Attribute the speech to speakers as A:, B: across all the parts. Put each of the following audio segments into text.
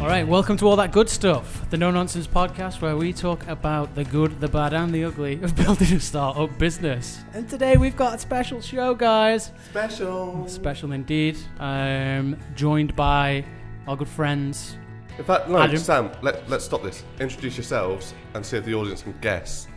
A: right, welcome to All That Good Stuff, the No Nonsense podcast where we talk about the good, the bad, and the ugly of building a startup business. And today we've got a special show, guys.
B: Special.
A: Special indeed. Um, joined by our good friends.
B: In fact, no,
A: Adam.
B: Sam, let, let's stop this. Introduce yourselves and see if the audience can guess.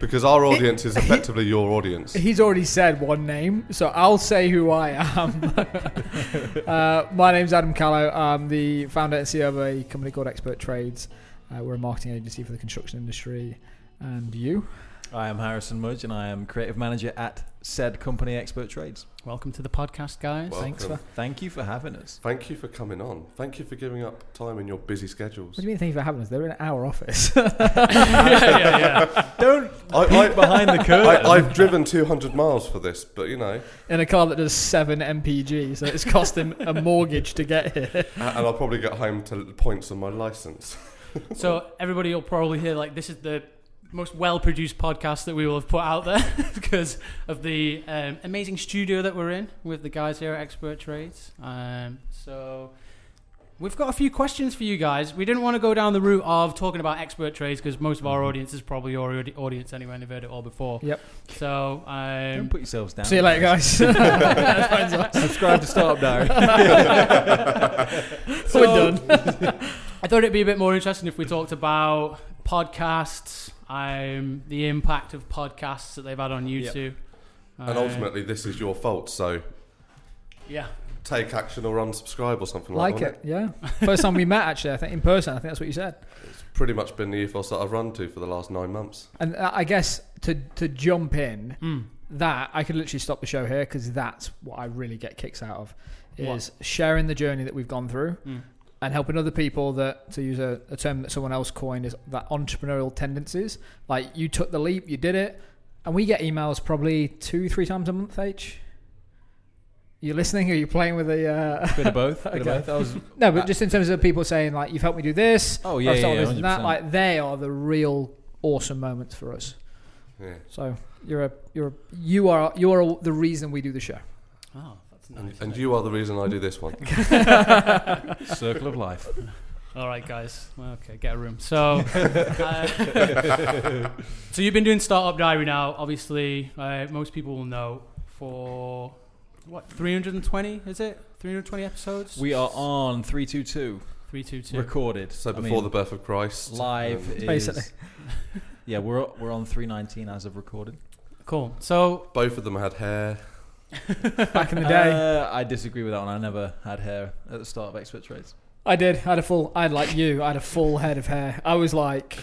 B: Because our audience is effectively your audience.
C: He's already said one name, so I'll say who I am. uh, my name's Adam Callow. I'm the founder and CEO of a company called Expert Trades. Uh, we're a marketing agency for the construction industry. And you?
D: I am Harrison Mudge, and I am creative manager at said company, Expert Trades.
A: Welcome to the podcast, guys.
B: Welcome.
C: Thanks for. What
D: Thank you for having us.
B: Thank you for coming on. Thank you for giving up time in your busy schedules.
C: do you mean? Thank you for having us. They're in our office.
A: yeah, yeah, yeah.
D: Don't
B: I,
D: peek
B: I,
D: behind the curtain.
B: I, have driven 200 miles for this, but you know,
C: in a car that does seven mpg, so it's cost him a mortgage to get here.
B: a- and I'll probably get home to points on my license.
A: So everybody will probably hear like this is the most well-produced podcast that we will have put out there because of the um, amazing studio that we're in with the guys here at Expert Trades. Um, so we've got a few questions for you guys. We didn't want to go down the route of talking about Expert Trades because most of our audience is probably your audi- audience anyway, and they've heard it all before.
C: Mm-hmm. Yep.
A: So
D: Don't
A: um,
D: put yourselves down.
C: See you later, guys.
D: Subscribe to Startup Diary.
A: So-
C: we're done.
A: I thought it'd be a bit more interesting if we talked about podcasts, um, the impact of podcasts that they've had on
D: Yep.
A: YouTube. Uh,
B: and ultimately, this is your fault, so
A: Yeah.
B: take action or unsubscribe or something like,
C: Like
B: that.
C: it, yeah. First time we met, actually, I think in person. I think that's what you said.
B: It's pretty much been the ethos that I've run to for the last nine months.
C: And uh, I guess to to jump in
A: Mm.
C: that I could literally stop the show here because that's what I really get kicks out of is
A: What?
C: sharing the journey that we've gone through
A: Mm.
C: and helping other people that to use a, a term that someone else coined is that entrepreneurial tendencies. Like you took the leap, you did it, and we get emails probably two three times a month. H. You listening? Are you playing with the? Uh,
D: bit of both. Bit
C: Okay.
D: of both. That was,
C: no, but just in terms of people saying like you've helped me do this.
D: Uh, oh
C: I've
D: yeah, yeah,
C: started
D: yeah
C: this and that.
D: 100%.
C: Like they are the real awesome moments for us.
B: Yeah.
C: So you're a you're a, you are you are the reason we do the show.
A: Oh, that's nice.
B: And, and you are the reason I do this one.
D: Circle of life.
A: All right, guys. Well, okay, get a room. So, uh, so you've been doing Startup Diary now. Obviously, uh, most people will know for what 320 is it? 320 episodes.
D: We are on three two two.
A: three two two.
D: Recorded.
B: So
D: I
B: before
D: mean,
B: the birth of Christ, um,
D: live
B: and
D: is
C: Basically.
D: Yeah, we're we're on three nineteen as of recorded.
A: cool. So
B: both of them had hair.
C: Back in the day,
D: Uh, I disagree with that one. I never had hair at the start of Expert Trades.
C: I did. I had a full. I had like you. I had a full head of hair. I was like,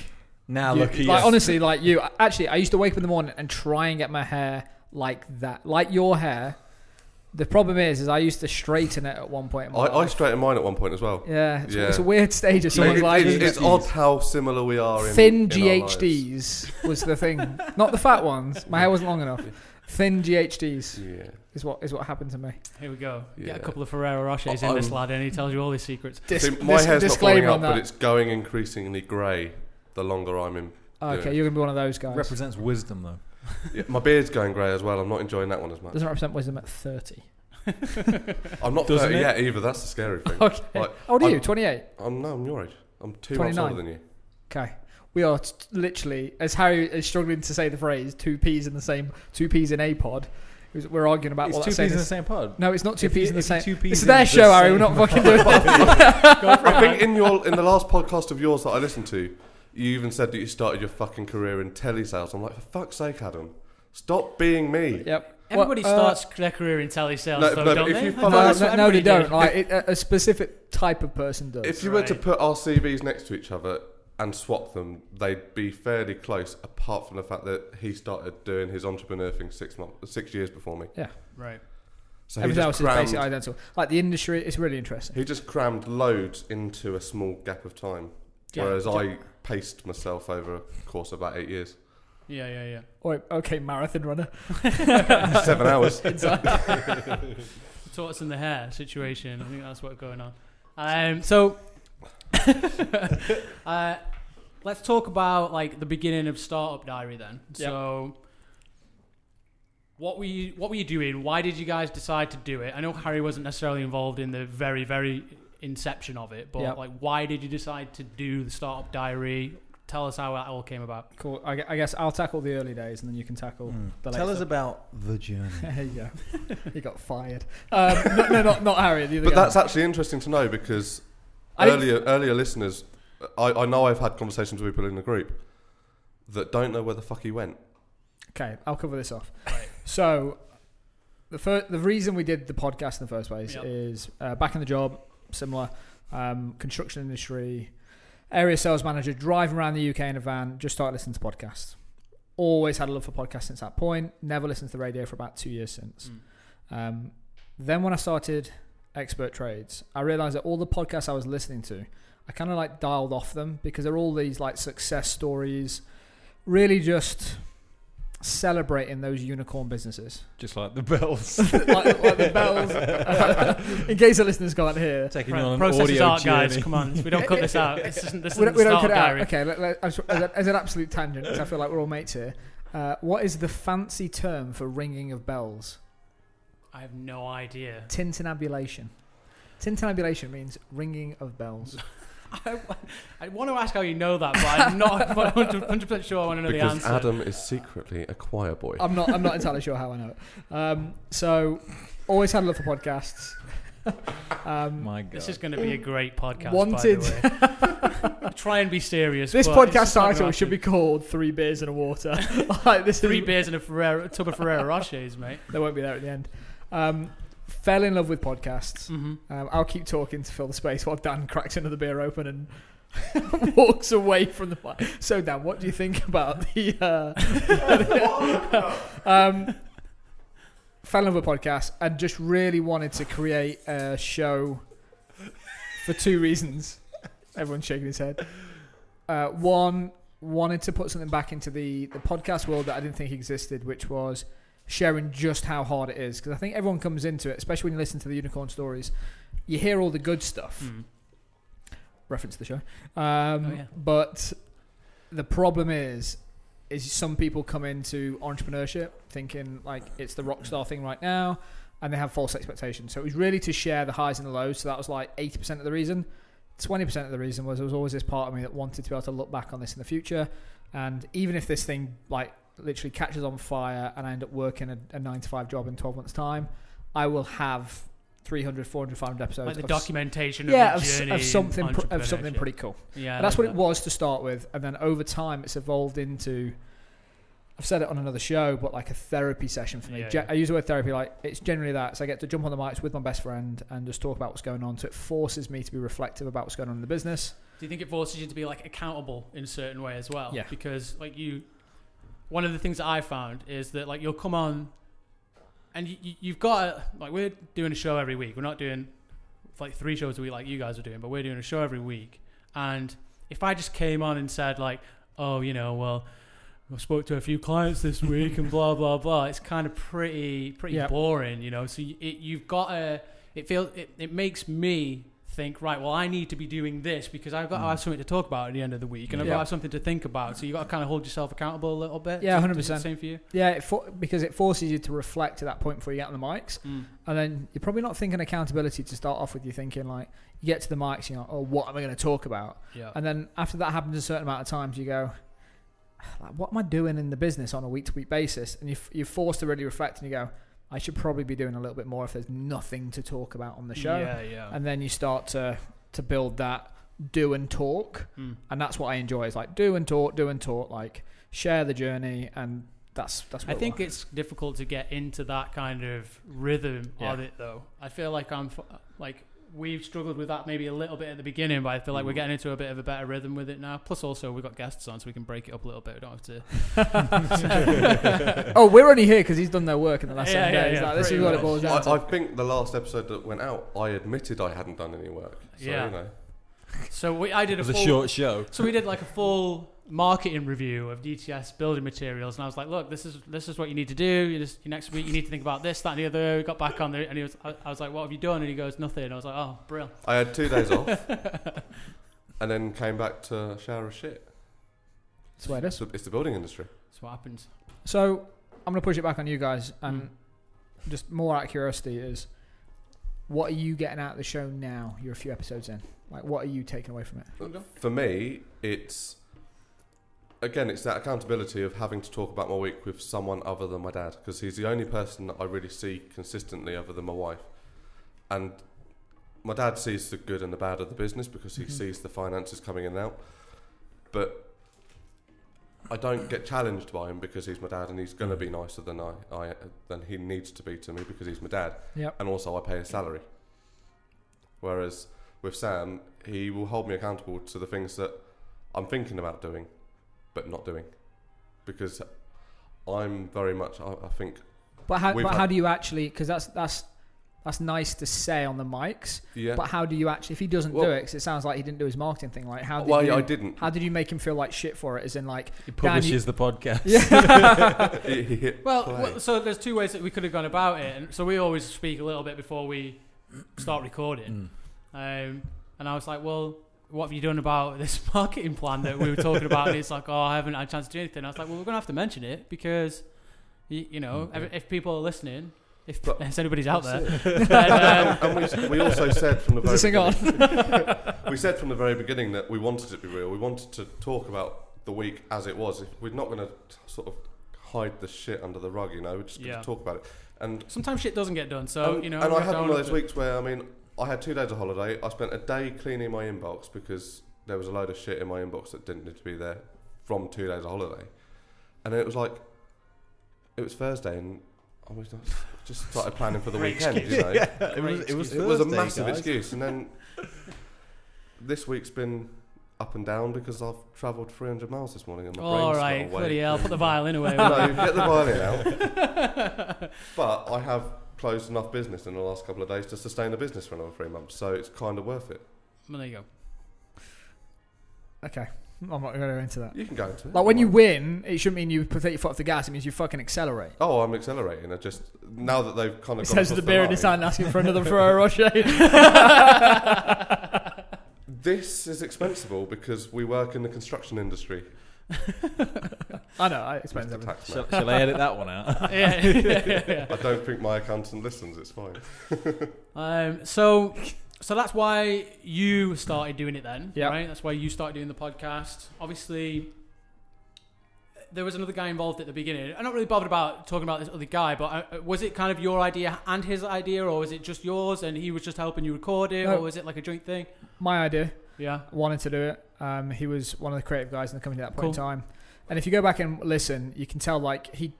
D: Now
C: you-
D: look at you.
C: like honestly, like you. Actually, I used to wake up in the morning and try and get my hair like that, like your hair. The problem is, is I used to straighten it at one point. In
B: I,
C: my
B: I
C: life.
B: straightened mine at one point as well.
C: yeah, it's,
B: Yeah.
C: it's a weird stage of someone's
B: It-
C: life.
B: it's,
C: isn't
B: it's
C: it?
B: odd how similar we are. In,
C: Thin
B: in our lives.
C: GHDs was the thing, not the fat ones. My hair wasn't long enough.
B: Yeah.
C: Thin GHDs
B: Yeah.
C: is what is what happened to me.
A: here we go.
B: Yeah.
A: Get a couple of Ferrero Rochers in
B: Oh,
A: this
B: um,
A: lad, and he tells you all his secrets.
C: Dis-
B: See, my
C: dis-
B: hair's not falling
C: disclaimer
B: out,
C: on
B: but
C: that.
B: it's going increasingly grey the longer I'm in.
C: Okay,
B: Yeah.
C: you're gonna be one of those guys.
D: represents wisdom though.
B: Yeah, my beard's going grey as well. I'm not enjoying that one as much.
C: Doesn't represent wisdom at thirty.
B: I'm not
D: Doesn't
B: 30
D: it?
B: yet either. That's the scary thing.
C: Okay.
B: Like,
C: How old are
B: I'm-
C: Oh, you? Twenty eight.
B: I'm no, I'm your age. I'm two months
C: 29.
B: older than you.
C: Okay. We are t- literally, as Harry is struggling to say the phrase, two peas in the same, two peas in a pod. is- We're arguing about
D: It's
C: what that
D: two peas
C: saying
D: in the
C: is.
D: same pod.
C: No, it's not two
D: If
C: peas
D: you-
C: in the
D: if you
C: same.
D: two peas
C: It's
D: in
C: their
D: the
C: show, Harry. We're
D: same
C: not fucking doing it.
B: I think in your in the last podcast of yours that I listened to, you even said that you started your fucking career in telesales. I'm like, for fuck's sake, Adam, stop being me.
C: Yep.
A: Everybody
C: Well, uh,
A: starts their career in telesales,
B: No,
A: though,
B: no,
A: don't
B: if
A: they?
B: you
A: I
B: follow-
C: No,
A: thought
C: no,
A: that's
C: no,
A: what
C: they
A: everybody
C: don't.
A: did.
C: Like it, a a specific type of person does.
B: If you were to
A: Right.
B: put our CVs next to each other and swap them, they'd be fairly close, apart from the fact that he started doing his entrepreneur thing six months, six years before me.
A: Right.
B: So he
C: Everything
B: just,
C: else is basically
B: crammed,
C: identical. Like the industry, it's really interesting.
B: he just crammed loads into a small gap of time,
A: Yeah.
B: whereas I paced myself over a course of about eight years,
A: Yeah, yeah, yeah.
C: Or okay, marathon runner.
B: seven hours.
A: tortoise in the hair situation. I think that's what's going on. Um, so, uh, let's talk about like the beginning of Startup Diary then. So, what were you what were you doing? Why did you guys decide to do it? I know Harry wasn't necessarily involved in the very very inception of it, but
C: Yep.
A: like, why did you decide to do the startup diary? Tell us how that all came about.
C: Cool. I, gu- I guess I'll tackle the early days, and then you can tackle.
D: Mm.
C: The
D: Tell
C: later.
D: us about the journey.
C: there you go. you got fired. Um, no, no, not not Harry. The other
B: But
C: guy.
B: that's actually interesting to know because
C: I didn't-
B: earlier earlier listeners, I, I know I've had conversations with people in the group that don't know where the fuck he went.
C: Okay, I'll cover this off.
A: Right.
C: So, the fir- the reason we did the podcast in the first place
A: Yep.
C: is uh, back in the job, similar um, construction industry, area sales manager, driving around the UK in a van, just started listening to podcasts. Always had a love for podcasts since that point. Never listened to the radio for about two years since.
A: Mm.
C: Um, then when I started Expert Trades, I realized that all the podcasts I was listening to, I kind of like dialed off them because they're all these like success stories, really just celebrating those unicorn businesses.
D: Just like the bells.
C: like, like the bells. In case the listeners can't hear.
D: Taking you
A: Right,
D: on an
A: process
D: audio
A: is art,
D: journey.
A: guys. Come on, we don't cut this out. This isn't, this
C: We
A: isn't
C: don't, we don't
A: startup
C: cut it out.
A: diary.
C: Okay, let, let, as, as, a- as an absolute tangent, 'cause I feel like we're all mates here. Uh, what is the fancy term for ringing of bells?
A: I have no idea.
C: Tintinabulation. Tintinabulation means ringing of bells.
A: I, I want to ask how you know that, but I'm not 100 percent sure. I want to know
B: because
A: the answer.
B: Adam is secretly a choir boy.
C: I'm not. I'm not entirely sure how I know it. Um, so, always had a love for podcasts. Um,
D: My God.
A: this is going to be a great podcast.
C: Wanted.
A: By the way. Try and be serious.
C: this
A: but it's
C: podcast
A: just not
C: title
A: gonna
C: should be
A: happen.
C: called Three Beers and a Water. like this
A: three
C: is,
A: beers and a Ferrero, tub of Ferrero Rochers, mate.
C: They won't be there at the end. Um, fell in love with podcasts.
A: Mm-hmm.
C: Um, I'll keep talking to fill the space while Dan cracks another beer open and walks away from the mic. So, Dan, what do you think about the? Uh, um, fell in love with podcasts and just really wanted to create a show for two reasons. Everyone's shaking his head. Uh, one wanted to put something back into the the podcast world that I didn't think existed, which was sharing just how hard it is. Because I think everyone comes into it, especially when you listen to the unicorn stories, you hear all the good stuff
A: Hmm. mm-hmm.
C: reference the show. Um,
A: Oh, yeah.
C: But the problem is, is some people come into entrepreneurship thinking like it's the rock star thing right now, and they have false expectations. So it was really to share the highs and the lows. So that was like eighty percent of the reason. Twenty percent of the reason was there was always this part of me that wanted to be able to look back on this in the future, and even if this thing like literally catches on fire and I end up working a, a nine to five job in twelve months time, I will have 300, 400, 500 episodes.
A: Like the
C: of-
A: documentation of
C: yeah,
A: the
C: of, s-
A: journey
C: of
A: in
C: something pr- of something
A: entrepreneurship.
C: pretty cool.
A: Yeah, I
C: And that's
A: like
C: what it was to start with, and then over time, it's evolved into. I've said it on another show, but like a therapy session for me.
A: Yeah,
C: Ge-
A: yeah.
C: I use the word therapy like it's generally that. So I get to jump on the mics with my best friend and just talk about what's going on. So it forces me to be reflective about what's going on in the business.
A: that. Do you think it forces you to be like accountable in a certain way as well?
C: Yeah.
A: Because like you, one of the things that I found is that like you'll come on, and you, you, you've got like we're doing a show every week. We're not doing like three shows a week like you guys are doing, but we're doing a show every week. And if I just came on and said like, oh, you know, well. I spoke to a few clients this week and blah blah blah. It's kind of pretty pretty
C: Yeah.
A: boring, you know. So you, it, you've got to. It feels it, it makes me think right. Well, I need to be doing this because I've got to have something to talk about at the end of the week, and I've got
C: Mm. Yeah.
A: to have something to think about. So you got to kind of hold yourself accountable a little bit.
C: Yeah,
A: Does-
C: 100%.
A: does it Same for you.
C: Yeah, it for- because it forces you to reflect at that point before you get on the mics. And then you're probably not thinking accountability to start off with. You're thinking like, you get to the mics, you know, oh, what am I going to talk about?
A: Yeah.
C: And then after that happens a certain amount of times, you go, like, what am I doing in the business on a week to week basis? And you f- you're forced to really reflect and you go, I should probably be doing a little bit more if there's nothing to talk about on the show.
A: Yeah, yeah.
C: And then you start to, to build that do and talk.
A: Mm.
C: And that's what I enjoy is like do and talk, do and talk, like share the journey. And that's, that's what
A: I
C: it
A: think
C: was.
A: it's difficult to get into that kind of rhythm
C: Yeah.
A: of it, though. I feel like I'm f- like we've struggled with that maybe a little bit at the beginning, but I feel like
C: Mm.
A: we're getting into a bit of a better rhythm with it now. Plus, also we've got guests on, so we can break it up a little bit. We don't have to.
C: oh, we're only here because he's done their work in the last
A: Yeah,
C: seven
A: yeah,
C: days.
A: yeah,
C: like, this is
A: pretty
C: what it
A: much.
C: boils down
B: I,
C: to.
B: I think the last episode that went out, I admitted I hadn't done any work. So,
A: Yeah.
B: you know.
A: So we, I did
D: It
A: a
D: was a
A: full-
D: short show.
A: So we did like a full marketing review of DTS building materials, and I was like, "Look, this is this is what you need to do. You just next week you need to think about this, that, and the other." We got back on there, and he was, I, I was like, "What have you done?" And he goes, "Nothing." And I was like, "Oh, brilliant."
B: I had two days off and then came back to a shower of shit.
C: That's where it is.
B: It's the, it's the building industry.
A: That's what happens.
C: So I'm going to push it back on you guys, and
A: Mm.
C: just more out of curiosity is What are you getting out of the show now? You're a few episodes in. Like, what are you taking away from it?
B: For me, it's again, it's that accountability of having to talk about my week with someone other than my dad because he's the only person that I really see consistently other than my wife. And my dad sees the good and the bad of the business because he
C: Mhm.
B: sees the finances coming in and out. But I don't get challenged by him because he's my dad and he's going to be nicer than I, I than he needs to be to me because he's my dad
C: Yep.
B: and also I pay his salary. Whereas with Sam, he will hold me accountable to the things that I'm thinking about doing, but not doing, because I'm very much. I, I think
C: But how,
B: We've
C: but
B: had-
C: how do you actually? Because that's that's that's nice to say on the mics.
B: yeah.
C: But how do you actually? If he doesn't do
B: Well- Oh,
C: it, 'cause it sounds like he didn't do his marketing thing. Like how? Did
B: well,
C: you,
B: yeah, I didn't.
C: How did you make him feel like shit for it? As in, like,
D: He
C: Dan,
D: publishes the podcast.
C: yeah.
B: He- he hit
A: Well,
B: play.
A: well, so there's two ways that we could have gone about it. And so we always speak a little bit before we start recording.
D: Mm.
A: Um, and I was like, well, what have you done about this marketing plan that we were talking about? And it's like, oh, I haven't had a chance to do anything. I was like, well, we're going to have to mention it because, you, you know,
D: Mm, yeah.
A: if, if people are listening, if,
B: But-
A: if anybody's out there,
B: That's it.
A: then, um,
B: and we, we also said from the very
C: Does this thing on?
B: beginning- we said from the very beginning that we wanted it to be real. We wanted to talk about the week as it was. If- We're not going to sort of hide the shit under the rug, you know. We're just going to
A: Yeah.
B: talk about it. And
A: sometimes shit doesn't get done. So,
B: and,
A: you know,
B: and
A: we
B: I
A: have
B: had
A: to
B: one
A: own
B: of
A: up
B: those
A: to it.
B: weeks where I mean, I had two days of holiday. I spent a day cleaning my inbox because there was a load of shit in my inbox that didn't need to be there from two days of holiday, and it was like, it was Thursday, and I was like, just started planning for the
A: Great
B: weekend. You
A: excuse.
B: know,
D: Yeah, it was,
A: Great
D: it was,
B: it was a
D: Thursday,
B: massive
D: guys.
B: excuse, and then this week's been up and down because I've travelled 300 miles this morning and my
A: All
B: brain's
A: right,
B: not awake.
A: bloody hell, put the violin away.
B: no, get the violin out. but I have closed enough business in the last couple of days to sustain a business for another three months, so it's kind of worth it.
A: Well, there you go.
C: okay, I'm not going to go into that.
B: You can go into it.
C: Like when you win, it shouldn't mean you put your foot off the gas. It means you fucking accelerate.
B: Oh, I'm accelerating. I just now that they've kind of.
C: It
B: gone
C: says
B: across
C: the beer in
B: line,
C: his hand, asking for another Ferrero Rocher.
B: This is expensible because we work in the construction industry.
C: I know. I explain
B: Mr.
C: everything.
B: Taxman.
D: Shall, shall I edit that one out?
A: yeah, yeah, yeah, yeah.
B: I don't think my accountant listens. It's fine.
A: Um, so, so that's why you started doing it then,
C: Yeah.
A: right? That's why you started doing the podcast. Obviously, there was another guy involved at the beginning. I'm not really bothered about talking about this other guy, but uh, was it kind of your idea and his idea, or was it just yours and he was just helping you record it,
C: No.
A: or was it like a joint thing?
C: My idea.
A: Yeah.
C: wanted to do it. Um, he was one of the creative guys in the company at that point
A: Cool.
C: in time. And if you go back and listen, you can tell like he,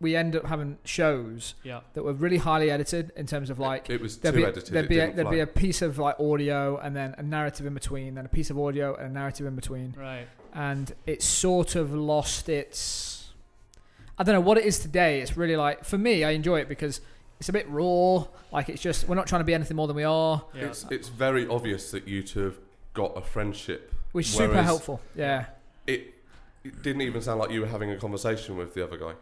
C: we end up having shows
A: Yeah.
C: that were really highly edited in terms of like
B: It was
C: there'd
B: too
C: be
B: edited.
C: there'd
B: it
C: be a,
B: didn't
C: there'd
B: flow.
C: be a piece of like audio and then a narrative in between, then a piece of audio and a narrative in between,
A: Right.
C: and it sort of lost its. I don't know what it is today. It's really like for me, I enjoy it because it's a bit raw. Like it's just we're not trying to be anything more than we are,
A: Yeah.
B: It's it's very obvious that you two have got a friendship.
C: which is super
B: Whereas-
C: helpful. Yeah.
B: It, it didn't even sound like you were having a conversation with the other guy.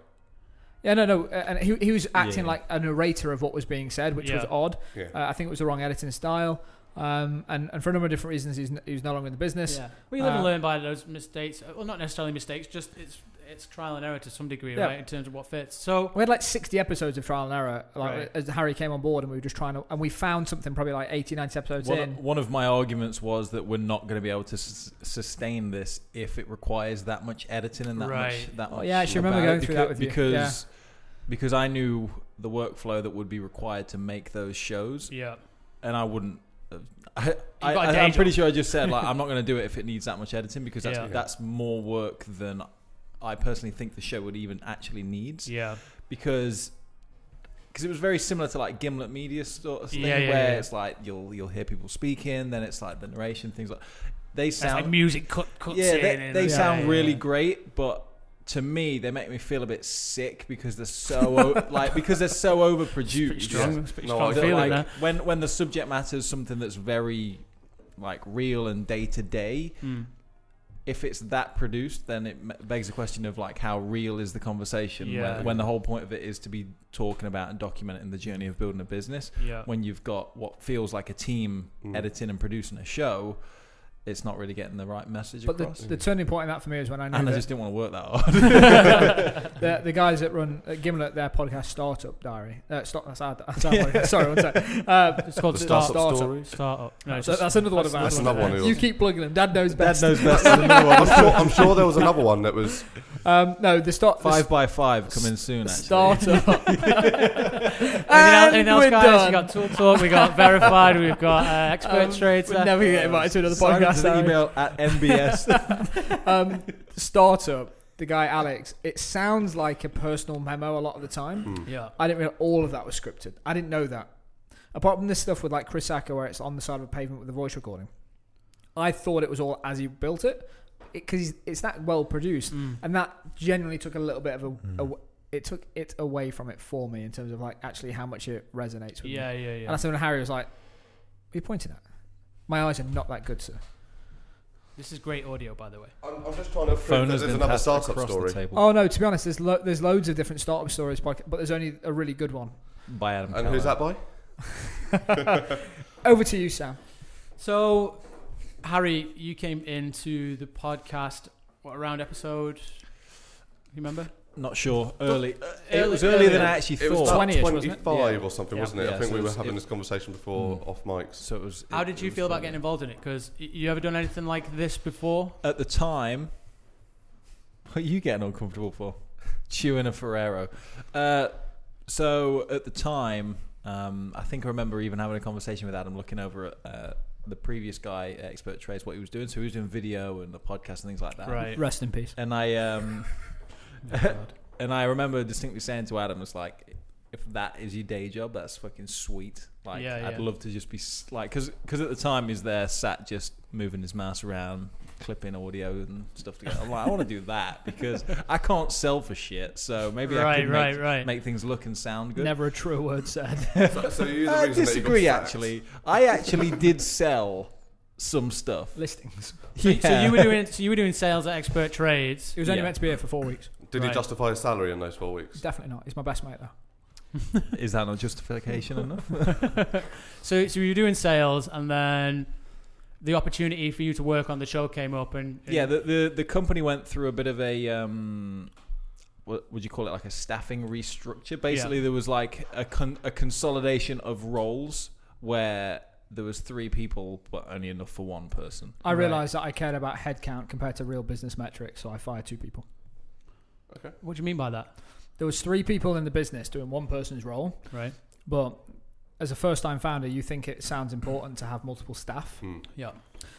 C: Yeah, no, no, uh, and he, he was acting
D: Yeah.
C: like a narrator of what was being said, which was
A: Yeah.
C: odd.
B: Yeah.
C: Uh, I think it was the wrong editing style, um, and and for a number of different reasons, he's, n- he was no longer in the business.
A: yeah. We live
C: uh,
A: and learn by those mistakes. Uh, Well, not necessarily mistakes, just it's it's trial and error to some degree,
C: Yeah.
A: right? In terms of what fits. So.
C: We had like 60 episodes of trial and error like,
A: Right.
C: as Harry came on board, and we were just trying to, and we found something probably like 80, 90 episodes
D: One,
C: in.
D: one of my arguments was that we're not going to be able to s- sustain this if it requires that much editing and that
A: Right.
D: much. That
C: Oh,
D: much
C: yeah, I should remember
D: about
C: going
D: it
C: through
D: becau-
C: that with you.
D: because
C: Yeah.
D: because I knew the workflow that would be required to make those shows,
A: Yeah.
D: and I wouldn't. uh, I, I,
A: got a day
D: I, am
A: job.
D: pretty sure I just said like I'm not going to do it if it needs that much editing because that's
A: Yeah.
B: Yeah.
D: that's more work than I personally think the show would even actually need
A: Yeah.
D: because because it was very similar to like Gimlet Media sort of thing,
A: Yeah, yeah,
D: where
A: yeah.
D: it's like you'll you'll hear people speaking, then it's like the narration, things like they
A: That's like
D: sound
A: music cut, cuts
D: yeah
A: in.
D: they,
A: and-
D: they
A: Yeah,
D: sound
A: yeah,
D: really
A: yeah.
D: great, but to me they make me feel a bit sick because they're so o- like because they're so overproduced.
A: Pretty strong.
B: Yeah.
A: it's pretty
B: No,
A: strong
B: I
D: That,
B: feel
A: feeling
D: like,
A: there.
D: when when the subject matter is something that's very like real and day to day,
A: Hmm.
D: if it's that produced, then it m- begs the question of like how real is the conversation
A: Yeah.
D: when, when the whole point of it is to be talking about and documenting the journey of building a business.
A: Yeah.
D: When you've got what feels like a team
B: Mm.
D: editing and producing a show, it's not really getting the right message
C: But
D: across.
C: the, the turning point in that for me was when I knew
D: and I
C: that
D: just didn't want to work that hard.
C: the, the guys that run at Gimlet, their podcast Startup Diary. Uh, start, that's our, that's our podcast. Sorry, one sec. Uh,
A: It's called
B: The
A: Startup.
B: startup,
C: Startup.
B: story.
A: Startup. No, it's
C: so
A: just-
C: that's another one of ours.
B: That's another one of
C: You
B: yours.
C: keep plugging them. Dad knows
D: Dad
C: best.
D: knows best. I don't know what-
B: I'm sure, I'm sure there was another one that was.
C: Um, no, the start. the
D: Five by five coming soon. Actually.
C: startup.
A: Anything else, anything
C: And
A: else
C: we're
A: guys?
C: done.
A: We got Tool Talk, we got Verified, we've got uh, Expert
C: Um,
A: Trades.
C: We'd never get invited to another
D: Sign up to
C: podcast.
D: the
C: Harry.
D: email at NBS.
C: um, startup. The guy Alex. It sounds like a personal memo a lot of the time.
B: Hmm.
A: Yeah.
C: I didn't realize all of that was scripted. I didn't know that. Apart from this stuff with like Chris Acker, where it's on the side of a pavement with a voice recording, I thought it was all as he built it because it's that well produced,
A: Mm.
C: and that generally took a little bit of a, aw- it took it away from it for me in terms of like actually how much it resonates with me.
A: Yeah, yeah,
C: And
A: yeah.
C: that's when Harry was like, "What are you pointing at? My eyes are not that good, sir."
A: This is great audio, by the way.
B: I'm, I'm just trying to prove
D: Phone
B: that
D: has
B: there's
D: been
B: another
D: passed
B: startup
D: across
B: story.
D: the table
C: Oh no, to be honest, there's lo- there's loads of different startup stories, podca- but there's only a really good one.
D: by Adam.
B: And who's
D: Keller.
B: that by?
C: Over to you, Sam.
A: So, Harry, you came into the podcast what, around episode? You remember?
D: Not sure. Early.
A: uh, early-
D: it was earlier than
A: earlier.
D: I actually
B: It
D: thought.
B: was about
C: 20-ish, wasn't it?
B: 25
A: Yeah.
B: or something,
A: Yeah.
B: wasn't it?
D: Yeah,
B: I think
D: so
B: we
D: it
B: were
D: was-
B: having
D: it-
B: this conversation before
D: Mm.
B: off mics.
D: so it was.
A: How
D: it-
A: did
D: it
A: you
D: was
A: feel about
D: funny.
A: getting involved in it? Because you ever done anything like this before?
D: At the time, what are you getting uncomfortable for? Chewing a Ferrero. Uh, so at the time, um, I think I remember even having a conversation with Adam, looking over at uh, the previous guy, at Expert Trades, what he was doing. So he was doing video and the podcast and things like that.
C: Rest in peace.
D: And I um,
A: God.
D: and I remember distinctly saying to Adam, "It's like if that is your day job, that's fucking sweet. Like
A: Yeah,
D: I'd
A: yeah.
D: love to just be s- like because at the time he's there sat just moving his mouse around, clipping audio and stuff together. I'm like, I want to do that because I can't sell for shit. So maybe I
A: Right,
D: can
A: right,
D: make,
A: right.
D: make things look and sound good.
C: Never a true word said.
B: So, so you the
D: I
B: reason that you
D: disagree.
B: got sacked.
D: Actually, I actually did sell some stuff.
C: Listings.
A: So you were doing so you were doing sales at Expert Trades.
C: He was only
D: Yeah.
C: meant to be here for four weeks.
B: Did he
A: Right.
B: justify his salary in those four weeks?
C: Definitely not. He's my best mate though.
D: Is that not justification enough?
A: so so you were doing sales, and then the opportunity for you to work on the show came up, and, and
D: Yeah, the, the the company went through a bit of a um, what would you call it? Like a staffing restructure. Basically, there was like a con- a consolidation of roles where there was three people, but only enough for one person.
C: I
A: Right.
C: realised that I cared about headcount compared to real business metrics, so I fired two people.
A: what do you mean by that?
C: There was three people in the business doing one person's role,
A: Right.
C: but as a first-time founder, you think it sounds important to have multiple staff.
B: Hmm.
A: Yeah.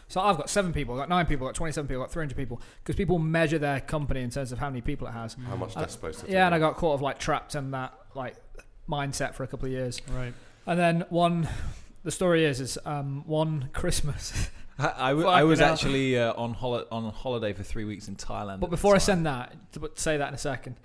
C: So I've got seven people, I've got nine people, I've got twenty-seven people, I've got three hundred people, because people measure their company in terms of how many people it has.
B: How much
C: I-
B: desk space? did
C: Yeah, and I
B: you
C: got caught of like trapped in that like mindset for a couple of years.
A: Right.
C: And then one, the story is, is um, one Christmas.
D: I, I w-
C: Fucking
D: I was
C: hell.
D: actually uh, on holi- on holiday for three weeks in Thailand.
C: But
D: at
C: before
D: the
C: I
D: time.
C: send that, to but say that in a second,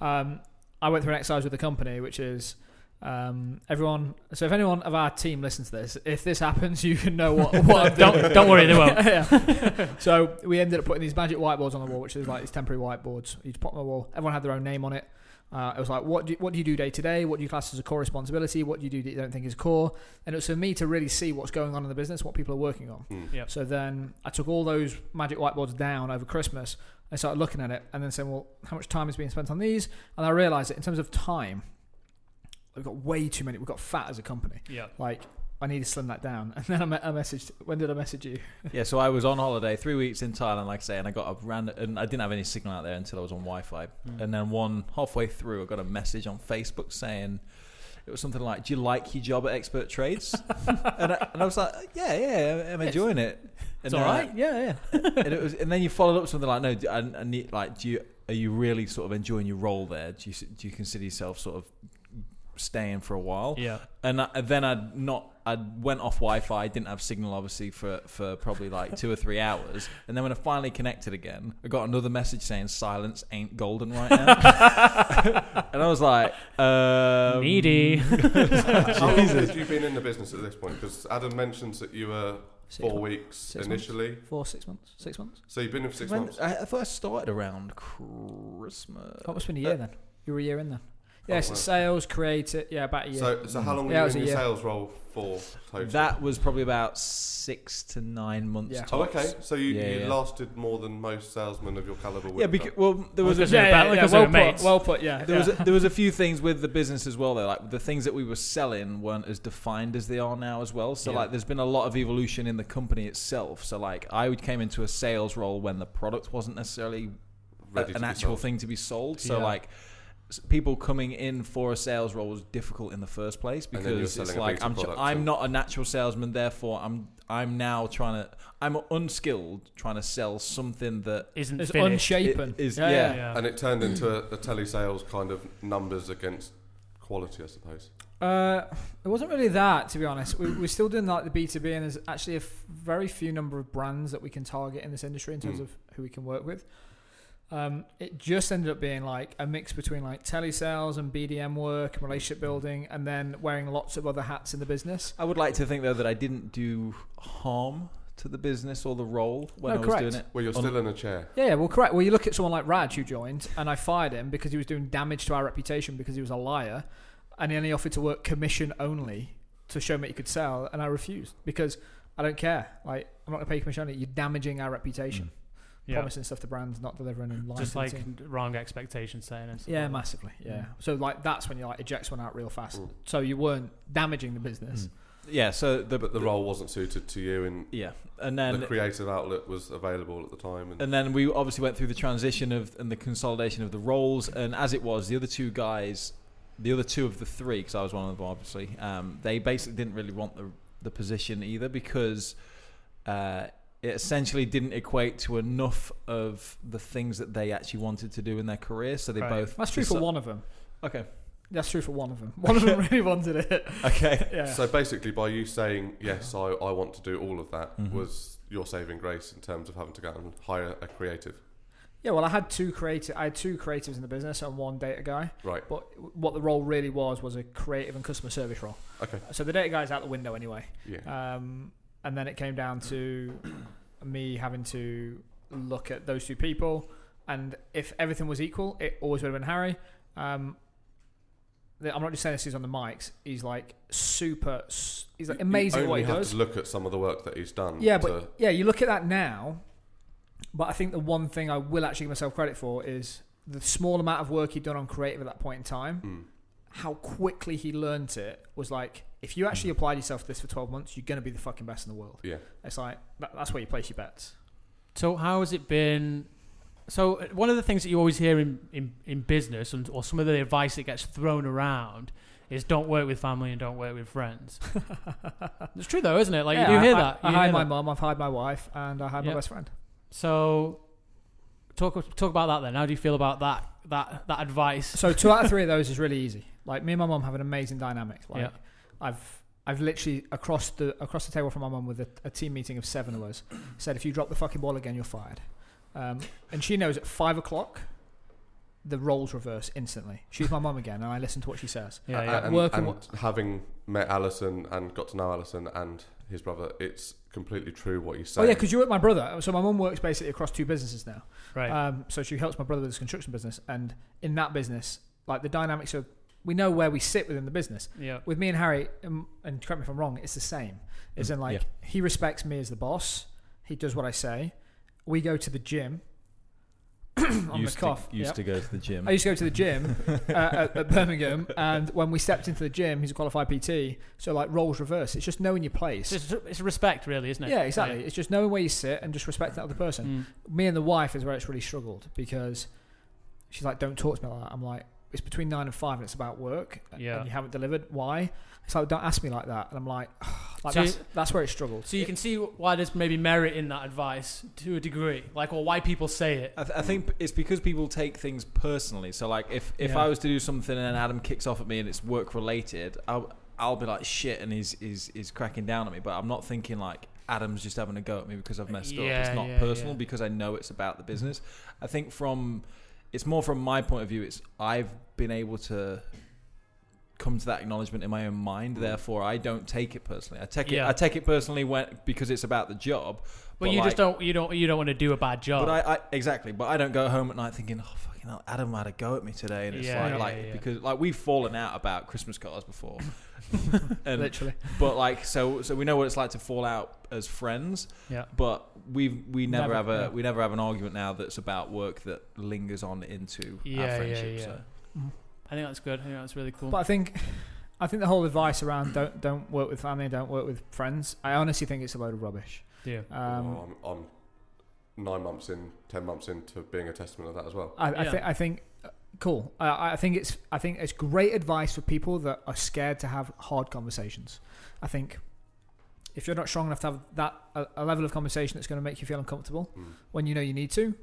C: um, I went through an exercise with the company, which is um, everyone. So if anyone of our team listens to this, if this happens, you can know what. what I'm doing.
A: Don't don't worry, they won't.
C: Yeah. So we ended up putting these magic whiteboards on the wall, which is like these temporary whiteboards. You just put them on the wall. Everyone had their own name on it. Uh, it was like, what do you, what do you do day to day? What do you class as a core responsibility? What do you do that you don't think is core? And it was for me to really see what's going on in the business, what people are working on.
B: Hmm.
A: Yep.
C: So then I took all those magic whiteboards down over Christmas. I started looking at it and then saying, well, how much time is being spent on these? And I realised that in terms of time, we've got way too many. We've got fat as a company.
A: Yeah.
C: Like, I need to slim that down. And then I, me- I messaged, when did I message you?
D: yeah, so I was on holiday three weeks in Thailand, like I say, and I got a random, and I didn't have any signal out there until I was on Wi-Fi,
A: Hmm.
D: and then one halfway through, I got a message on Facebook saying it was something like, "Do you like your job at Expert Trades?" and, I, and I was like, "Yeah, yeah, I'm enjoying it." And
A: It's
D: they're
A: all
D: like-
A: right. Yeah, yeah.
D: and it was, and then you followed up with something like, "No, do, I, I need like, do you are you really sort of enjoying your role there? Do you s- do you consider yourself sort of staying for a while?"
A: Yeah.
D: and, I, and then I'd not I went off Wi-Fi. I didn't have signal obviously for for probably like two or three hours. And then when I finally connected again, I got another message saying silence ain't golden right now. and I was like, um,
A: Needy.
B: get? How long had you been in the business at this point? Because Adam mentions that you were
C: Six
B: four
C: months.
B: weeks
C: Six months.
B: initially.
C: Four, six months? Six months?
B: So you've been in for six
D: When- uh,
B: months.
D: I, I thought I started around Christmas. Uh,
C: Oh, it must have been a year then. You were a year in then. Yes,
B: Oh, wow.
C: sales, creative. Yeah, about a year.
B: So, so how long were
C: Yeah, it
B: you
C: was
B: in
C: a
B: your
C: year.
B: sales role for total?
D: That was probably about six to nine months.
C: Yeah.
B: oh,
D: tops.
B: okay. So you,
D: Yeah,
B: you
D: yeah.
B: lasted more than most salesmen of your caliber. would
D: Yeah,
B: have done.
D: because well, there was
A: Well,
D: a,
A: because they're about- because they're
C: well put.
A: mates.
C: Well put. Yeah.
D: there
C: yeah.
D: was a, there was a few things with the business as well though like the things that we were selling weren't as defined as they are now as well so
A: Yeah.
D: like there's been a lot of evolution in the company itself so like i would- came into a sales role when the product wasn't necessarily a-
B: Ready to
D: an
B: be
D: actual
B: sold.
D: thing to be sold so
A: Yeah.
D: like s- people coming in for a sales role was difficult in the first place
B: And then you're
D: because it's
B: selling a
D: like
B: beta
D: i'm tr-
B: product,
D: i'm
B: so-
D: not a natural salesman therefore i'm i'm now trying to i'm unskilled trying to sell something that
A: Isn't
C: It's
A: finished.
C: unshapen.
D: It is-
C: yeah, yeah.
D: yeah.
B: And it turned into a, a telesales kind of numbers against quality, I suppose.
C: Uh, it wasn't really that, to be honest. We, we're still doing like the B two B, and there's actually a f- very few number of brands that we can target in this industry in terms
B: Mm.
C: of who we can work with. Um, it just ended up being like a mix between like telesales and BDM work and relationship building, and then wearing lots of other hats in the business.
D: I would like to think though that I didn't do harm to the business or the role when
C: No,
D: I was
C: correct.
D: doing it.
B: Well, you're
D: On-
B: still in a chair.
C: Yeah, yeah, well, correct. Well, you look at someone like Raj who joined, and I fired him because he was doing damage to our reputation because he was a liar, and then he offered to work commission only to show me he could sell, and I refused because I don't care. Like, I'm not going to pay you commission only. You're damaging our reputation,
A: Mm. Yeah.
C: promising stuff to brands, not delivering, and lying
A: Just
C: to the
A: like
C: team.
A: wrong expectations saying and stuff
C: yeah,
A: like that.
C: massively. Yeah.
A: Mm.
C: So like that's when you like eject someone out real fast.
B: Mm.
C: So you weren't damaging the
A: Mm.
C: business.
D: Yeah, so the
B: But the role wasn't suited to you, and
D: yeah, and then
B: the creative outlet was available at the time. And,
D: and then we obviously went through the transition of and the consolidation of the roles, and as it was, the other two guys, the other two of the three, because I was one of them obviously, um, they basically didn't really want the the position either because. Uh, it essentially didn't equate to enough of the things that they actually wanted to do in their career, so they
A: Right.
D: both.
C: That's true for
D: deci-
C: one of them.
D: Okay.
C: That's true for one of them. One of them really wanted it.
D: Okay.
C: Yeah.
B: So basically, by you saying yes, I, I want to do all of that
D: Mhm.
B: was your saving grace in terms of having to go out and hire a creative.
C: Yeah, well, I had two creative. I had two creatives in the business and one data guy.
B: Right.
C: But what the role really was was a creative and customer service role.
B: Okay.
C: So the data guy's out the window anyway.
B: Yeah.
C: Um, and then it came down to me having to look at those two people, and if everything was equal, it always would have been Harry. Um, the- I'm not just saying this. He's on the mics. He's like super. s- He's like
B: You-
C: amazing
B: You
C: at
B: only
C: what he
B: have
C: does.
B: to look at some of the work that he's done.
C: Yeah,
B: to-
C: but yeah, you look at that now. But I think the one thing I will actually give myself credit for is the small amount of work he'd done on creative at that point in time.
B: Mm.
C: How quickly he learnt it was like, if you actually applied yourself to this for 12 months, you're going to be the fucking best in the world.
B: Yeah.
C: It's like, that, that's where you place your bets.
A: So how has it been? So uh, one of the things that you always hear in, in, in business, and, or some of the advice that gets thrown around, is don't work with family and don't work with friends. it's true though, isn't it? Like
C: Yeah,
A: you do
C: I-
A: hear
C: I-
A: that.
C: I,
A: you
C: hired
A: hear
C: my
A: that.
C: mum, I've hired my wife, and I hired
A: Yeah.
C: my best friend.
A: So talk talk about that then. How do you feel about that that that advice?
C: So two out of three of those is really easy. Like me and my mum have an amazing dynamic. Like
A: Yeah.
C: I've I've literally across the across the table from my mum with a, a team meeting of seven of us said if you drop the fucking ball again you're fired. Um, and she knows at five o'clock the roles reverse instantly. She's my mum again and I listen to what she says.
A: Yeah,
B: A-
A: yeah.
B: and,
C: Work and
B: and having met Alison and got to know Alison and his brother, it's completely true what you say.
C: Oh yeah, because you're with my brother. So my mum works basically across two businesses now.
A: right.
C: Um, so she helps my brother with his construction business, and in that business, like the dynamics of we know where we sit within the business.
A: yeah.
C: with me and Harry, um, and correct me if I'm wrong, it's the
D: Mm,
C: same. Is in like he respects me as the boss. He does what I say. We go to the gym. on
D: used
C: the cuff.
D: To, used
C: yep.
D: to go to the gym.
C: I used to go to the gym uh, at, at Birmingham, and when we stepped into the gym, he's a qualified PT. So like roles reverse. It's just knowing your place.
A: So It's, it's respect, really, isn't it?
C: yeah, exactly. It's uh, just knowing where you sit and just respecting that other person
A: Mm.
C: me and the wife is where it's really struggled because she's like, "Don't talk to me like that." I'm like, "It's between nine and five, and it's about work,
A: Yeah.
C: and you haven't delivered. Why?" It's like, "Don't ask me like that," and I'm like, like
A: So
C: that's, that's where it struggled.
A: So you can see why there's maybe merit in that advice to a degree, like or why people say it.
D: I, th- I think it's because people take things personally. So like, if if
A: Yeah.
D: I was to do something and Adam kicks off at me and it's work related, I'll I'll be like shit and he's is is cracking down at me. But I'm not thinking like Adam's just having a go at me because I've messed up.
A: Yeah,
D: It's not
A: yeah,
D: personal
A: yeah.
D: because I know it's about the business. I think from it's more from my point of view. It's I've been able to come to that acknowledgement in my own mind. Therefore, I don't take it personally. I take
A: Yeah.
D: it I take it personally when because it's about the job.
A: But, you
D: like-
A: just don't you don't you don't want to do a bad job.
D: but I, I exactly. But I don't go home at night thinking, oh fucking fucking hell, Adam had a go at me today, and it's
A: Yeah,
D: like,
A: yeah,
D: like
A: yeah.
D: because like we've fallen out about Christmas cards before, and
C: Literally.
D: but like so so we know what it's like to fall out as friends,
A: Yeah.
D: but we we never,
A: Never,
D: have a
A: yeah.
D: we never have an argument now that's about work that lingers on into
A: Yeah, yeah,
D: our friendship.
A: yeah.
D: So.
A: I think that's good. I think that's really cool.
C: But I think, I think the whole advice around don't don't work with family, don't work with friends. I honestly think it's a load of rubbish.
A: yeah.
C: Um,
B: Well, Oh, I'm, I'm nine months in, ten months into being a testament of that as well.
C: I, I
A: Yeah.
C: think I think uh, cool. I, I think it's I think it's great advice for people that are scared to have hard conversations. I think if you're not strong enough to have that a, a level of conversation that's going to make you feel uncomfortable
B: Mm.
C: when you know you need to,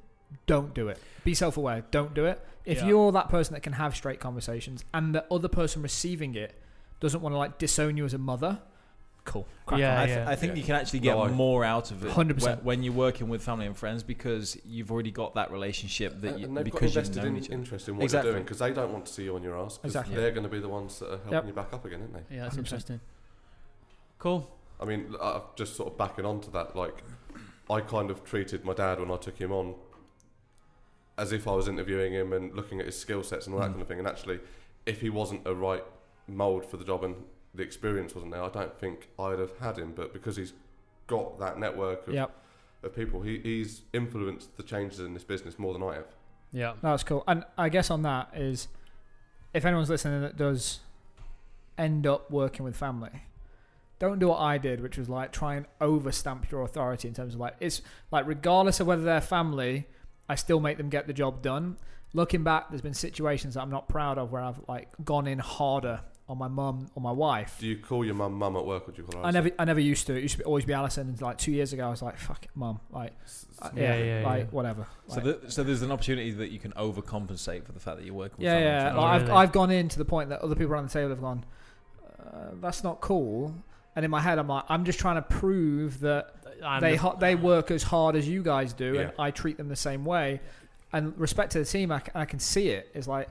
C: don't do it. Be self-aware. Don't do it. If
A: Yeah.
C: you're that person that can have straight conversations and the other person receiving it doesn't want to like disown you as a mother, cool. Crack
A: Yeah,
D: I,
C: on.
D: th- I think
B: Yeah.
D: you can actually get
B: No, I-
D: more out of it
C: 100%.
D: when- when you're working with family and friends because you've already got that relationship that
B: And-
D: you,
B: and they've got
D: because you've
B: invested
D: known
B: in
D: each other.
B: interest in what
D: Exactly.
B: you're doing because they don't want to see you on your ass because
C: Exactly.
B: they're going to be the ones that are helping
C: Yep.
B: you back up again, aren't they?
A: Yeah, that's
C: 100%.
A: interesting. Cool.
B: I mean, l- uh, just sort of backing onto that, like I kind of treated my dad when I took him on as if I was interviewing him and looking at his skill sets and all that
C: Hmm.
D: Mm.
B: kind of thing. And actually, if he wasn't a right mould for the job and the experience wasn't there, I don't think I'd have had him. But because he's got that network of,
C: Yep.
B: of people, he, he's influenced the changes in this business more than I have.
A: Yeah.
C: No, that's cool. And I guess on that is, if anyone's listening that does end up working with family, don't do what I did, which was like try and overstamp your authority in terms of like it's like regardless of whether they're family, I still make them get the job done. Looking back, there's been situations that I'm not proud of where I've like gone in harder on my mum or my wife.
B: Do you call your mum mum at work or do you call her?
C: I never, I never used to. It used to be, always be Alison. And like two years ago, I was like, "Fuck, it, mum, like,
B: S-
C: uh,
B: s-
C: yeah,
A: Yeah, yeah,
C: like
A: yeah.
C: whatever."
D: So,
C: Like-
D: th- so there's an opportunity that you can overcompensate for the fact that you're working with
C: Yeah,
D: family
C: yeah.
D: and
A: Oh,
C: Like, I've,
D: friends.
A: really?
C: I've gone in to the point that other people around the table have gone, uh, that's not cool. And in my head, I'm like, I'm just trying to prove that
A: I'm
C: they
A: the-
C: ho- they work as hard as you guys do, and
B: Yeah.
C: I treat them the same way. And respect to the team, I, c- I can see it. It's like,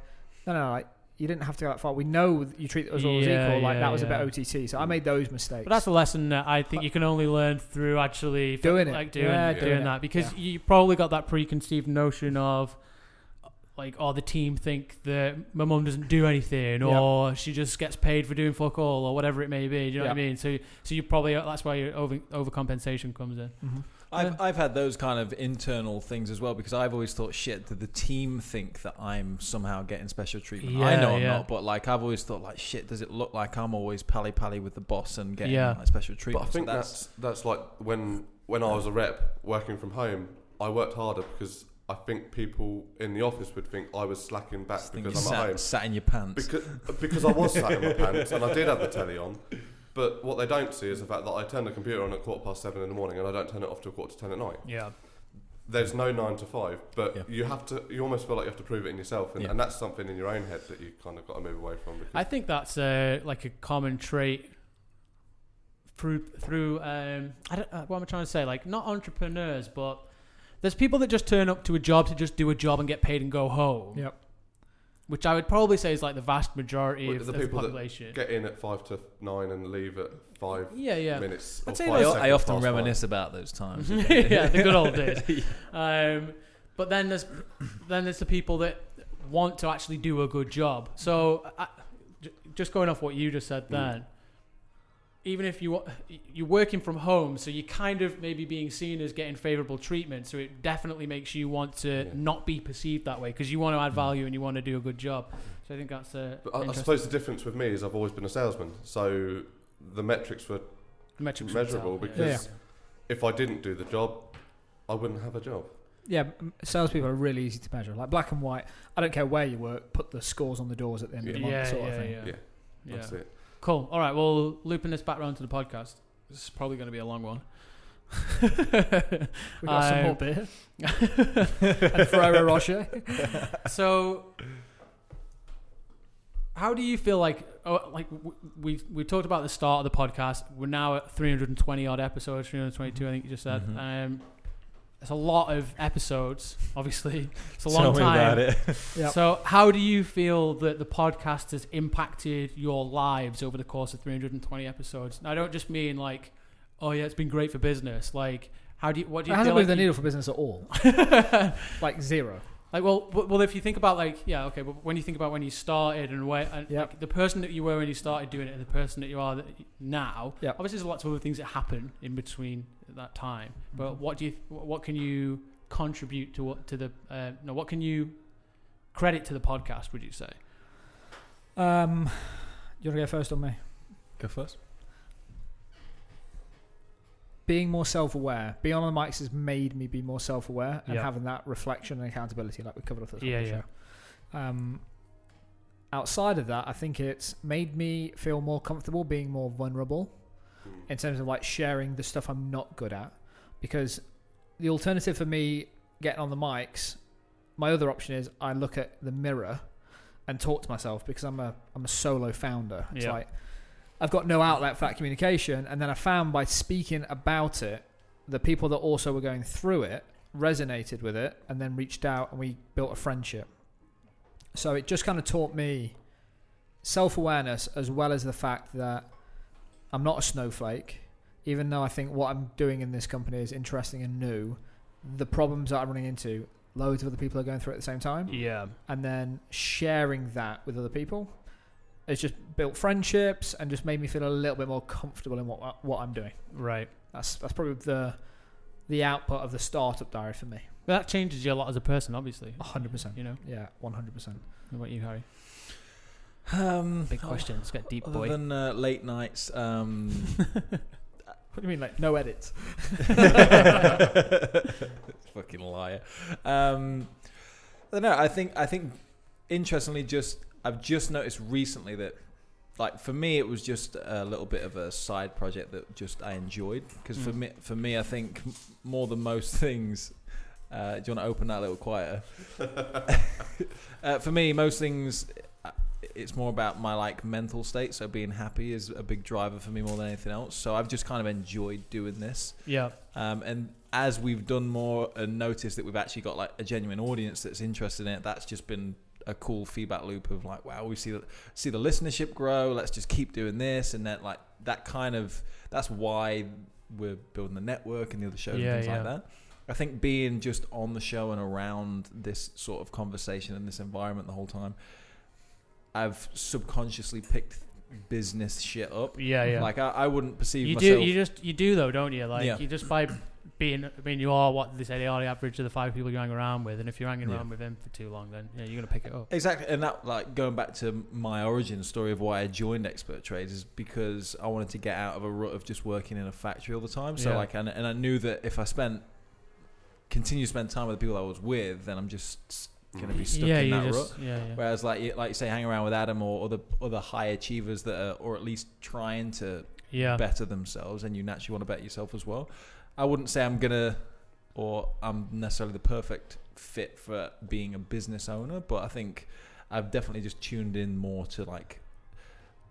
C: no, no, like you didn't have to go that far. We know that you treat us all
A: Yeah,
C: as equal. Like
A: yeah,
C: that was
A: yeah.
C: a bit OTT. So I made those mistakes.
A: But that's a lesson that I think you can only learn through actually f-
C: Doing it.
A: like doing,
C: Yeah,
A: doing,
C: doing it.
A: that because you probably got that preconceived notion of like, oh, the team think that my mum doesn't do anything,
C: Yeah.
A: or she just gets paid for doing fuck all, or whatever it may be. Do you know what I mean? So, so you probably that's why your over overcompensation comes in.
C: Mhm.
D: I've, I've had those kind of internal things as well because I've always thought, shit, did the team think that I'm somehow getting special treatment? I
A: Yeah,
D: know I'm
A: yeah.
D: not, but like I've always thought, like, shit, does it look like I'm always pally pally with the boss and getting
A: Yeah.
D: like, special
B: But I
D: treatment? So
B: think that's that's like when when I was a rep working from home, I worked harder because I think people in the office would think I was slacking back
D: Just think
B: because
D: you
B: I'm at home
D: sat, sat in your pants.
B: because because I was sat in my pants and I did have the telly on. But what they don't see is the fact that I turn the computer on at quarter past seven in the morning and I don't turn it off till quarter to ten at night.
A: Yeah,
B: There's no nine to five, but
D: Yeah.
B: you have to. You almost feel like you have to prove it in yourself, and,
D: Yeah.
B: and that's something in your own head that you kind of got to move away from. Because
A: I think that's uh, like a common trait through through um, I don't uh, what am I trying to say? Like not entrepreneurs, but there's people that just turn up to a job to just do a job and get paid and go home.
C: Yep.
A: Which I would probably say is like the vast majority
B: Well,
A: of,
B: the
A: of the
B: people that
A: population.
B: get in at five to nine and leave at five
A: yeah, yeah.
B: minutes. or
D: I'd say
B: five
D: I, I
B: seconds
D: often
B: past five.
D: reminisce about those times.
A: yeah, the good old days. Um, but then there's then there's the people that want to actually do a good job. So I, j- just going off what you just
B: Mm.
A: said, then even if you wa- you're working from home, so you're kind of maybe being seen as getting favourable treatment. So it definitely makes you want to
B: Yeah.
A: not be perceived that way because you want to add
D: Mm.
A: value and you want to do a good job. So I think that's a
B: But I, I suppose the difference with me is I've always been a salesman, so the metrics were
A: metrics
B: measurable
A: themselves,
B: because if I didn't do the job, I wouldn't have a job.
C: yeah, m- salespeople are really easy to measure. Like black and white. I don't care where you work. Put the scores on the doors at the end
A: yeah,
C: of
A: yeah,
C: the month,
A: yeah,
C: sort of
A: yeah,
C: thing.
A: yeah.
B: Yeah. That's it.
A: Cool. All right. Well, looping this back round to the podcast. This is probably going to be a long one.
C: We got some
A: Um,
C: more beer and Ferrero Rocher.
A: so, how do you feel like? Oh, like w- we we talked about the start of the podcast. We're now at 320 odd episodes, 322. I think you just said.
D: Mhm.
A: Um, it's a lot of episodes. Obviously, it's a
D: Tell
A: long
D: me
A: time.
D: about it.
C: Yep.
A: So, how do you feel that the podcast has impacted your lives over the course of 320 episodes? And I don't just mean like, oh yeah, it's been great for business. Like, how do you? What do
C: It
A: you?
C: hasn't
A: feel
C: moved the
A: like
C: needle for business at all. like zero.
A: Like, well, w- well, if you think about like, yeah, okay, but when you think about when you started and where, and
C: Yep.
A: like, the person that you were when you started doing it and the person that you are that y- now,
C: Yep.
A: obviously there's lots of other things that happen in between at that time. But
C: Mhm.
A: what do you, wh- what can you contribute to what to the, uh, no, what can you credit to the podcast? Would you say?
C: Um, you want to go first on me?
D: Go first.
C: Being more self-aware, being on the mics has made me be more self-aware and
A: Yeah.
C: having that reflection and accountability, like we covered off at the top
A: Yeah,
C: of the
A: yeah.
C: show. Um, outside of that, I think it's made me feel more comfortable being more vulnerable
B: Mm.
C: in terms of like sharing the stuff I'm not good at, because the alternative for me getting on the mics, my other option is I look at the mirror and talk to myself because I'm a I'm a solo founder. It's
A: Yeah.
C: like I've got no outlet for that communication, and then I found by speaking about it, the people that also were going through it resonated with it, and then reached out and we built a friendship. So it just kind of taught me self awareness as well as the fact that I'm not a snowflake, even though I think what I'm doing in this company is interesting and new. The problems that I'm running into, loads of other people are going through at the same time,
A: Yeah.
C: and then sharing that with other people. It's just built friendships and just made me feel a little bit more comfortable in what what I'm doing.
A: Right.
C: That's that's probably the the output of the startup diary for me.
A: But that changes you a lot as a person, obviously.
C: 100%.
A: You know.
C: Yeah, 100%.
A: What about you, Harry?
D: Um,
A: Big question. Let's get deep,
D: Other
A: boy.
D: than uh, late nights, um,
C: What do you mean, like no edits?
D: fucking liar. Um, I don't know. I think I think interestingly, just I've just noticed recently that, like for me, it was just a little bit of a side project that just I enjoyed because for
A: Mm.
D: me, for me, I think m- more than most things. Uh, do you want to open that little quieter? uh, for me, most things. uh, It's more about my like mental state, so being happy is a big driver for me more than anything else. So I've just kind of enjoyed doing this,
A: yeah.
D: um, and as we've done more and noticed that we've actually got like a genuine audience that's interested in it, that's just been a cool feedback loop of like, wow, we see the, see the listenership grow. Let's just keep doing this, and then like that kind of that's why we're building the network and the other shows
A: Yeah,
D: and things
A: yeah.
D: like that. I think being just on the show and around this sort of conversation and this environment the whole time, I've subconsciously picked business shit up.
A: Yeah. Yeah.
D: Like I, I wouldn't perceive
A: you
D: myself.
A: do you just you do though don't you like
D: Yeah.
A: you just by being i mean you are what they say they are the average of the five people you're hanging around with and if you're hanging
D: Yeah.
A: around with them for too long then yeah you're gonna pick it up
D: Exactly, and that like going back to my origin story of why I joined Expert Trades is because I wanted to get out of a rut of just working in a factory all the time. So
A: Yeah.
D: like, and, and I knew that if I spent continue to spend time with the people I was with, then I'm just going to be stuck
A: yeah
D: in
A: you
D: that
A: just
D: rut.
A: yeah yeah
D: Whereas like you, like you say, hang around with Adam or other other high achievers that are or at least trying to
A: yeah
D: better themselves, and you naturally want to better yourself as well. I wouldn't say I'm gonna or I'm necessarily the perfect fit for being a business owner, but I think I've definitely just tuned in more to like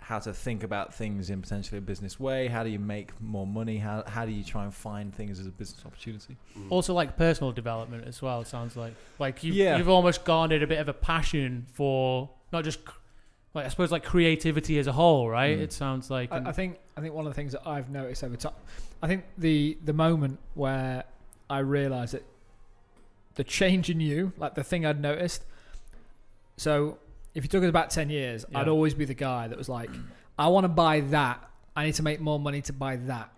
D: how to think about things in potentially a business way. How do you make more money? How how do you try and find things as a business opportunity?
B: Mm.
A: also like personal development as well it sounds like like you
D: Yeah.
A: you've almost garnered a bit of a passion for not just c- like I suppose like creativity as a whole right
D: Mm.
A: it sounds like and-
C: I, I think I think one of the things that I've noticed over time, I think the the moment where I realised that the change in you, like the thing I'd noticed. So, if you took us back ten years,
A: Yeah.
C: I'd always be the guy that was like, I want to buy that. I need to make more money to buy that.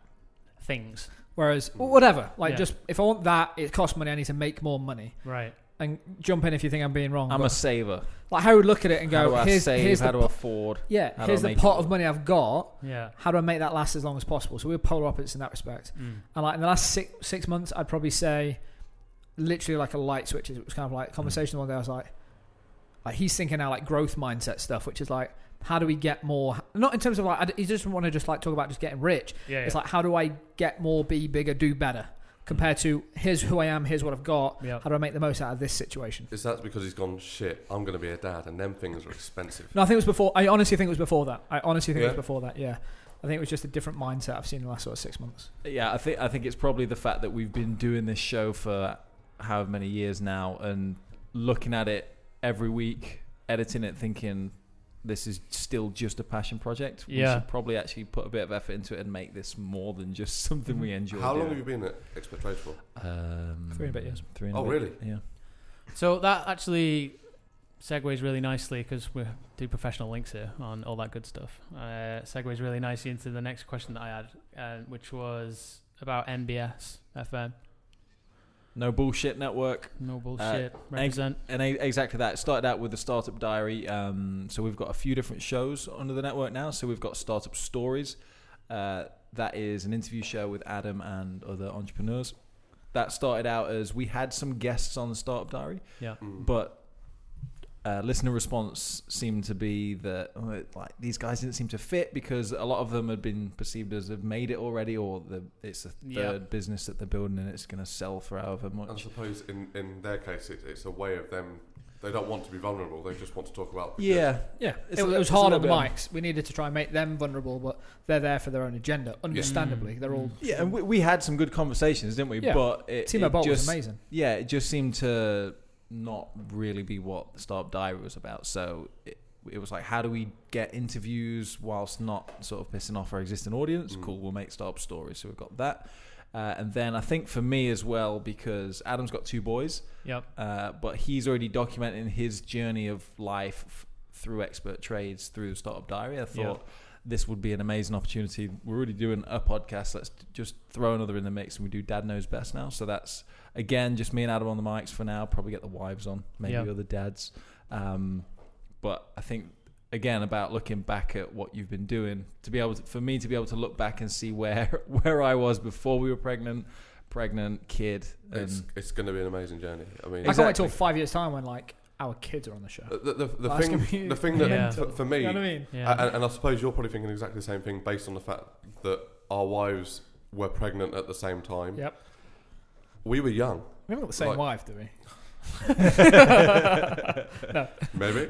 A: things
C: Whereas well, whatever, like
A: Mm. Yeah.
C: just if I want that, it costs money. I need to make more money.
A: right
C: And jump in if you think I'm being wrong.
D: I'm a
C: but,
D: saver.
C: like how I would look at it and
D: how
C: go,
D: do I
C: here's,
D: save?
C: here's
D: how
C: the
D: do I afford?
C: yeah,
D: how do I
C: here's the
D: make it
C: pot of
D: work?
C: money I've got
A: yeah
C: how do I make that last as long as possible? So we were polar opposites in that respect.
A: Mm.
C: And like in the last six six months, I'd probably say, literally like a light switch. It was kind of like conversation one day. I was like, like he's thinking now like growth mindset stuff, which is like, how do we get more? Not in terms of like I d- he doesn't want to just like talk about just getting rich.
A: yeah,
C: It's like how do I get more, be bigger, do better, compared to here's who I am, here's what I've got.
A: yeah.
C: How do I make the most out of this situation?
B: Is that because he's gone, shit, I'm going to be a dad, and them things are expensive.
C: No, I think it was before. I honestly think it was before that. I honestly think it was
B: Yeah.
C: before that. Yeah, I think it was just a different mindset I've seen in the last sort of six months.
D: Yeah, I think I think it's probably the fact that we've been doing this show for however many years now, and looking at it every week, editing it, thinking this is still just a passion project.
A: Yeah.
D: we should probably actually put a bit of effort into it and make this more than just something we enjoy.
B: Mm-hmm. How long
D: doing.
B: have you been at Expert Trade for?
D: Um,
C: Three and a bit years.
D: Three and
B: Oh,
D: a bit,
B: really?
D: Yeah.
A: So that actually segues really nicely because we do professional links here on all that good stuff. Uh, segues really nicely into the next question that I had, uh, which was about NBS FM.
D: No bullshit network.
A: No bullshit. represent.
D: And e- exactly that. It started out with the Startup Diary. Um, so we've got a few different shows under the network now. So we've got Startup Stories. Uh, that is an interview show with Adam and other entrepreneurs. That started out as we had some guests on the Startup Diary,
A: Yeah.
B: Mm.
D: but uh, listener response seemed to be that oh, it- like these guys didn't seem to fit because a lot of them had been perceived as have made it already, or the, it's a third
A: Yeah.
D: business that they're building and it's going to sell for however much.
B: I suppose in, in their case, it, it's a way of them. They don't want to be vulnerable. They just want to talk about. the good.
D: Yeah,
C: Yeah,
D: It's
C: it,
D: a-
C: it was
D: it's a
C: hard
D: little
C: on the
D: bit-
C: mics. We needed to try and make them vulnerable, but they're there for their own agenda. Understandably,
A: Mm.
C: they're all.
D: Yeah, and we, we had some good conversations, didn't we?
C: Yeah.
D: But it,
C: Timo
D: it
C: Bolt
D: just,
C: was amazing.
D: Yeah, it just seemed to not really be what the Startup Diary was about. So it, it was like, how do we get interviews whilst not sort of pissing off our existing audience?
B: Mm.
D: Cool, we'll make Startup Stories. So we've got that. Uh, and then I think for me as well, because Adam's got two boys,
A: Yep.
D: uh, but he's already documenting his journey of life f- through expert trades through the Startup Diary. I thought this would be an amazing opportunity. We're already doing a podcast. Let's t- just throw another in the mix, and we do Dad Knows Best now. So that's again just me and Adam on the mics for now. Probably get the wives on, maybe
A: Yeah.
D: other dads. Um, but I think again about looking back at what you've been doing to be able to, for me to be able to look back and see where where I was before we were pregnant, pregnant kid, and
B: It's, it's going to be an amazing journey. I mean,
C: I can't wait
D: Exactly.
C: till five years time when like our kids are on the show.
B: the, the, the,
C: That's gonna be
B: thing, the thing that
A: Yeah.
B: for, for me,
C: you know what I mean?
A: Yeah.
B: and, and I suppose you're probably thinking exactly the same thing based on the fact that our wives were pregnant at the same time.
C: Yep.
B: We were young,
C: We haven't got the same
B: Like-
C: wife, do we?
B: maybe,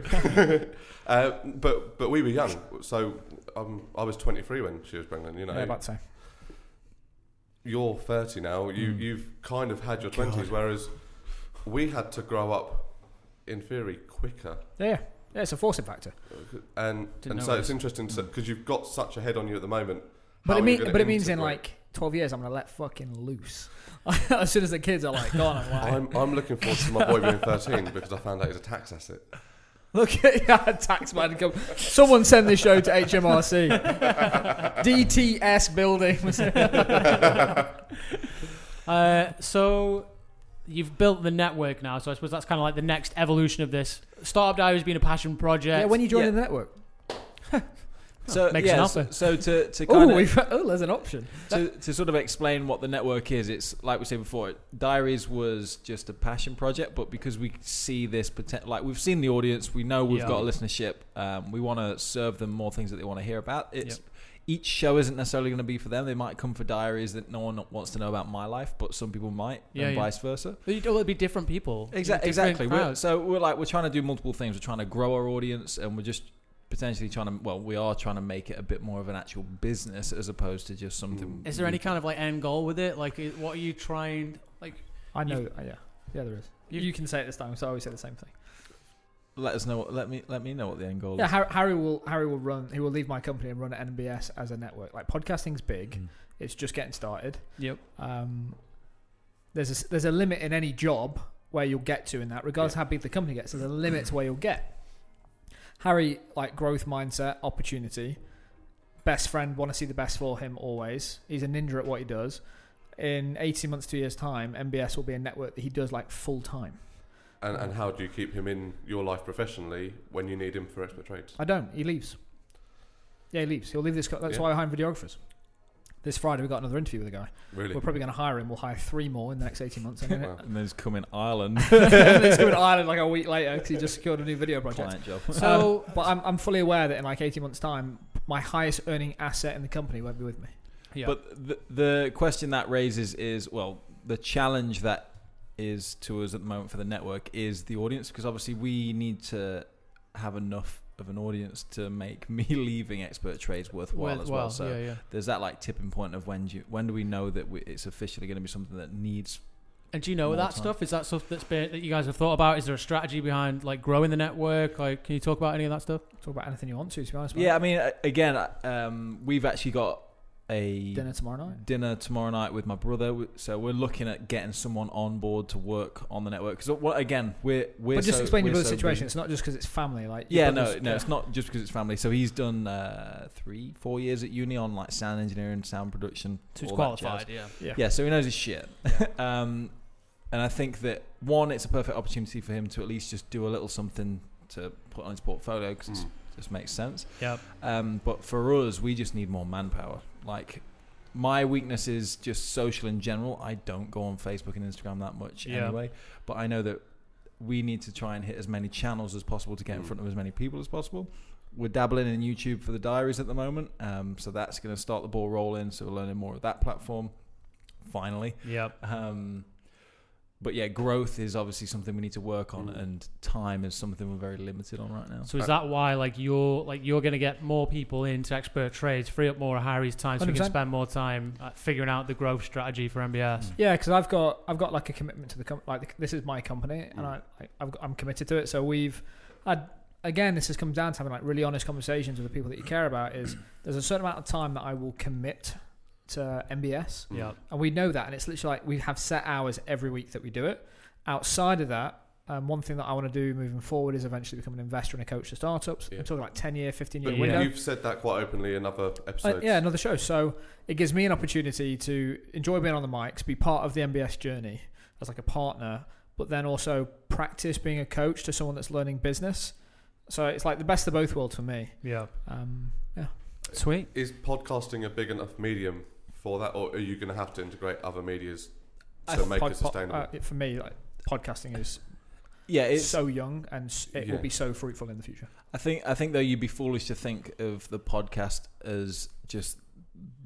B: uh, but but we were young. So um, I was 23 when she was pregnant. You know,
C: Yeah, about the same.
B: you're 30 now. You
D: Mm.
B: you've kind of had your 20s, whereas we had to grow up, in theory, quicker.
C: Yeah, yeah, it's a forcing factor.
B: And
A: Didn't
B: and
A: know
B: so
A: it
B: it's
A: was-
B: interesting because you've got such a head on you at the moment.
C: Mm.
B: How
C: But it
B: are you
C: mean,
B: gonna
C: but it means in
B: integrate?
C: like twelve years, I'm gonna let fucking loose. as soon as the kids are like gone, I'm like,
B: I'm, I'm looking forward to my boy being 13 because I found out he's a tax asset.
C: look at yeah, tax man. Come, someone send this show to HMRC, DTS building.
A: Uh, so you've built the network now. So I suppose that's kind of like the next evolution of this. Startup Diary has been a passion project.
C: yeah, when you join
D: Yeah.
C: the network,
D: So
A: Makes
D: yeah,
A: an
D: so,
A: offer.
D: so to to
C: oh,
D: kind of
C: we've, oh, there's an option.
D: to, to sort of explain what the network is, it's like we said before, diaries was just a passion project, but because we see this potential, like we've seen the audience, we know we've
A: Yeah.
D: got a listenership, um, we want to serve them more things that they want to hear about. It's each show isn't necessarily going to be for them. They might come for diaries that no one wants to know about my life, but some people might,
A: Yeah,
D: and
A: yeah.
D: vice versa.
A: But you- it'll be different people.
D: Exactly.
A: different
D: Exactly. We're,
A: crowds.
D: so we're like we're trying to do multiple things. We're trying to grow our audience, and we're just potentially trying to. Well, we are trying to make it a bit more of an actual business as opposed to just something.
B: Mm.
A: Is there any kind of like end goal with it? Like, i- what are you trying? Like,
C: I know.
A: You've-
C: that- yeah, yeah, there is. You,
A: You've-
C: can say it this time, so I always say the same thing.
D: Let us know. What, let me. Let me know what the end goal
C: Yeah,
D: is.
C: Harry, Harry will Harry will run. He will leave my company and run NBS as a network. Like podcasting's big.
D: Mm.
C: It's just getting started.
A: yep.
C: Um, there's a, there's a limit in any job where you'll get to in that, regardless how big the company gets. There's a limit to where you'll get. Harry, like growth mindset, opportunity, best friend, want to see the best for him always. He's a ninja at what he does. In 18 months, two years' time, MBS will be a network that he does like full time.
B: And, and how do you keep him in your life professionally when you need him for expert trades?
C: I don't. He leaves. Yeah, he leaves. He'll leave this. co- That's
B: Yeah.
C: why I hire videographers. This Friday, we got another interview with a guy.
B: Really?
C: We're probably going to hire him. We'll hire three more in the next 18 months. And then
B: Wow.
D: And then just come in Ireland
C: He's going to Ireland like a week later because he just secured a new video project.
D: client job.
A: So-
C: Um, but I'm, I'm fully aware that in like 18 months' time, my highest earning asset in the company won't be with me.
A: Yeah.
D: But the, the question that raises is well, the challenge that is to us at the moment for the network is the audience, because obviously we need to have enough of an audience to make me leaving expert trades worthwhile as well.
A: Worthwhile,
D: So
A: yeah, yeah.
D: there's that like tipping point of when do you, when do we know that we, it's officially going to be something that needs
A: And do you know
D: More
A: that
D: time.
A: stuff? Is that stuff that's been that you guys have thought about? Is there a strategy behind like growing the network? Like, can you talk about any of that stuff?
C: Talk about anything you want to, to be honest. mate.
D: Yeah, I mean, a- again, uh, um, we've actually got a
C: Dinner tomorrow night.
D: dinner tomorrow night with my brother. W- So we're looking at getting someone on board to work on the network. Because again, we're we're
C: but just
D: so-
C: explain your
D: we're
C: brother's
D: so
C: situation.
D: busy.
C: It's not just because it's family. Like your
D: Yeah, no,
C: brother's-
D: no, it's not just because it's family. So he's done uh, three, four years at uni on like sound engineering, sound production.
A: Who's
D: all that jazz.
A: qualified? Yeah.
D: Yeah, so he knows his shit. um, and I think that one, it's a perfect opportunity for him to at least just do a little something to put on his portfolio because
B: Mm.
D: it just makes sense.
A: Yep.
D: Um, but for us, we just need more manpower. Like, my weakness is just social in general. I don't go on Facebook and Instagram that much
A: Yeah.
D: anyway. But I know that we need to try and hit as many channels as possible to get in
B: Mm.
D: front of as many people as possible. We're dabbling in YouTube for the diaries at the moment. Um, so that's going to start the ball rolling. So we're learning more of that platform finally.
A: Yep.
D: Um, but yeah, growth is obviously something we need to work on,
B: Mm.
D: and time is something we're very limited on right now.
A: So is that why like you're like you're going to get more people into expert trades, free up more of Harry's time, so we can
C: 100%.
A: spend more time uh, figuring out the growth strategy for MBS?
C: Yeah, because I've got I've got like a commitment to the com- like the, this is my company
D: Mm.
C: and I, I I've got, I'm committed to it. So we've had again this has come down to having like really honest conversations with the people that you care about. Is there's a certain amount of time that I will commit to MBS,
B: Mm.
A: Yep.
C: and we know that, and it's literally like we have set hours every week that we do it. Outside of that. Um, one thing that I want to do moving forward is eventually become an investor and a coach to startups.
B: Yeah.
C: I'm talking like 10 year, 15 year
A: But
C: window.
A: Yeah.
B: You've said that quite openly in other
C: Uh,
B: episodes.
C: yeah, another show. So it gives me an opportunity to enjoy being on the mics, be part of the MBS journey as like a partner, but then also practice being a coach to someone that's learning business. So it's like the best of both worlds for me.
A: Yeah.
C: Um, yeah.
A: Sweet.
B: Is podcasting a big enough medium for that, or are you going to have to integrate other medias
C: I
B: to
C: th-
B: make
C: pod-
B: it
C: pod-
B: sustainable?
C: uh, it- for me, like podcasting is
D: Yeah, it's.
C: so young and s- it
B: Yeah.
C: will be so fruitful in the future.
D: I think. I think though you'd be foolish to think of the podcast as just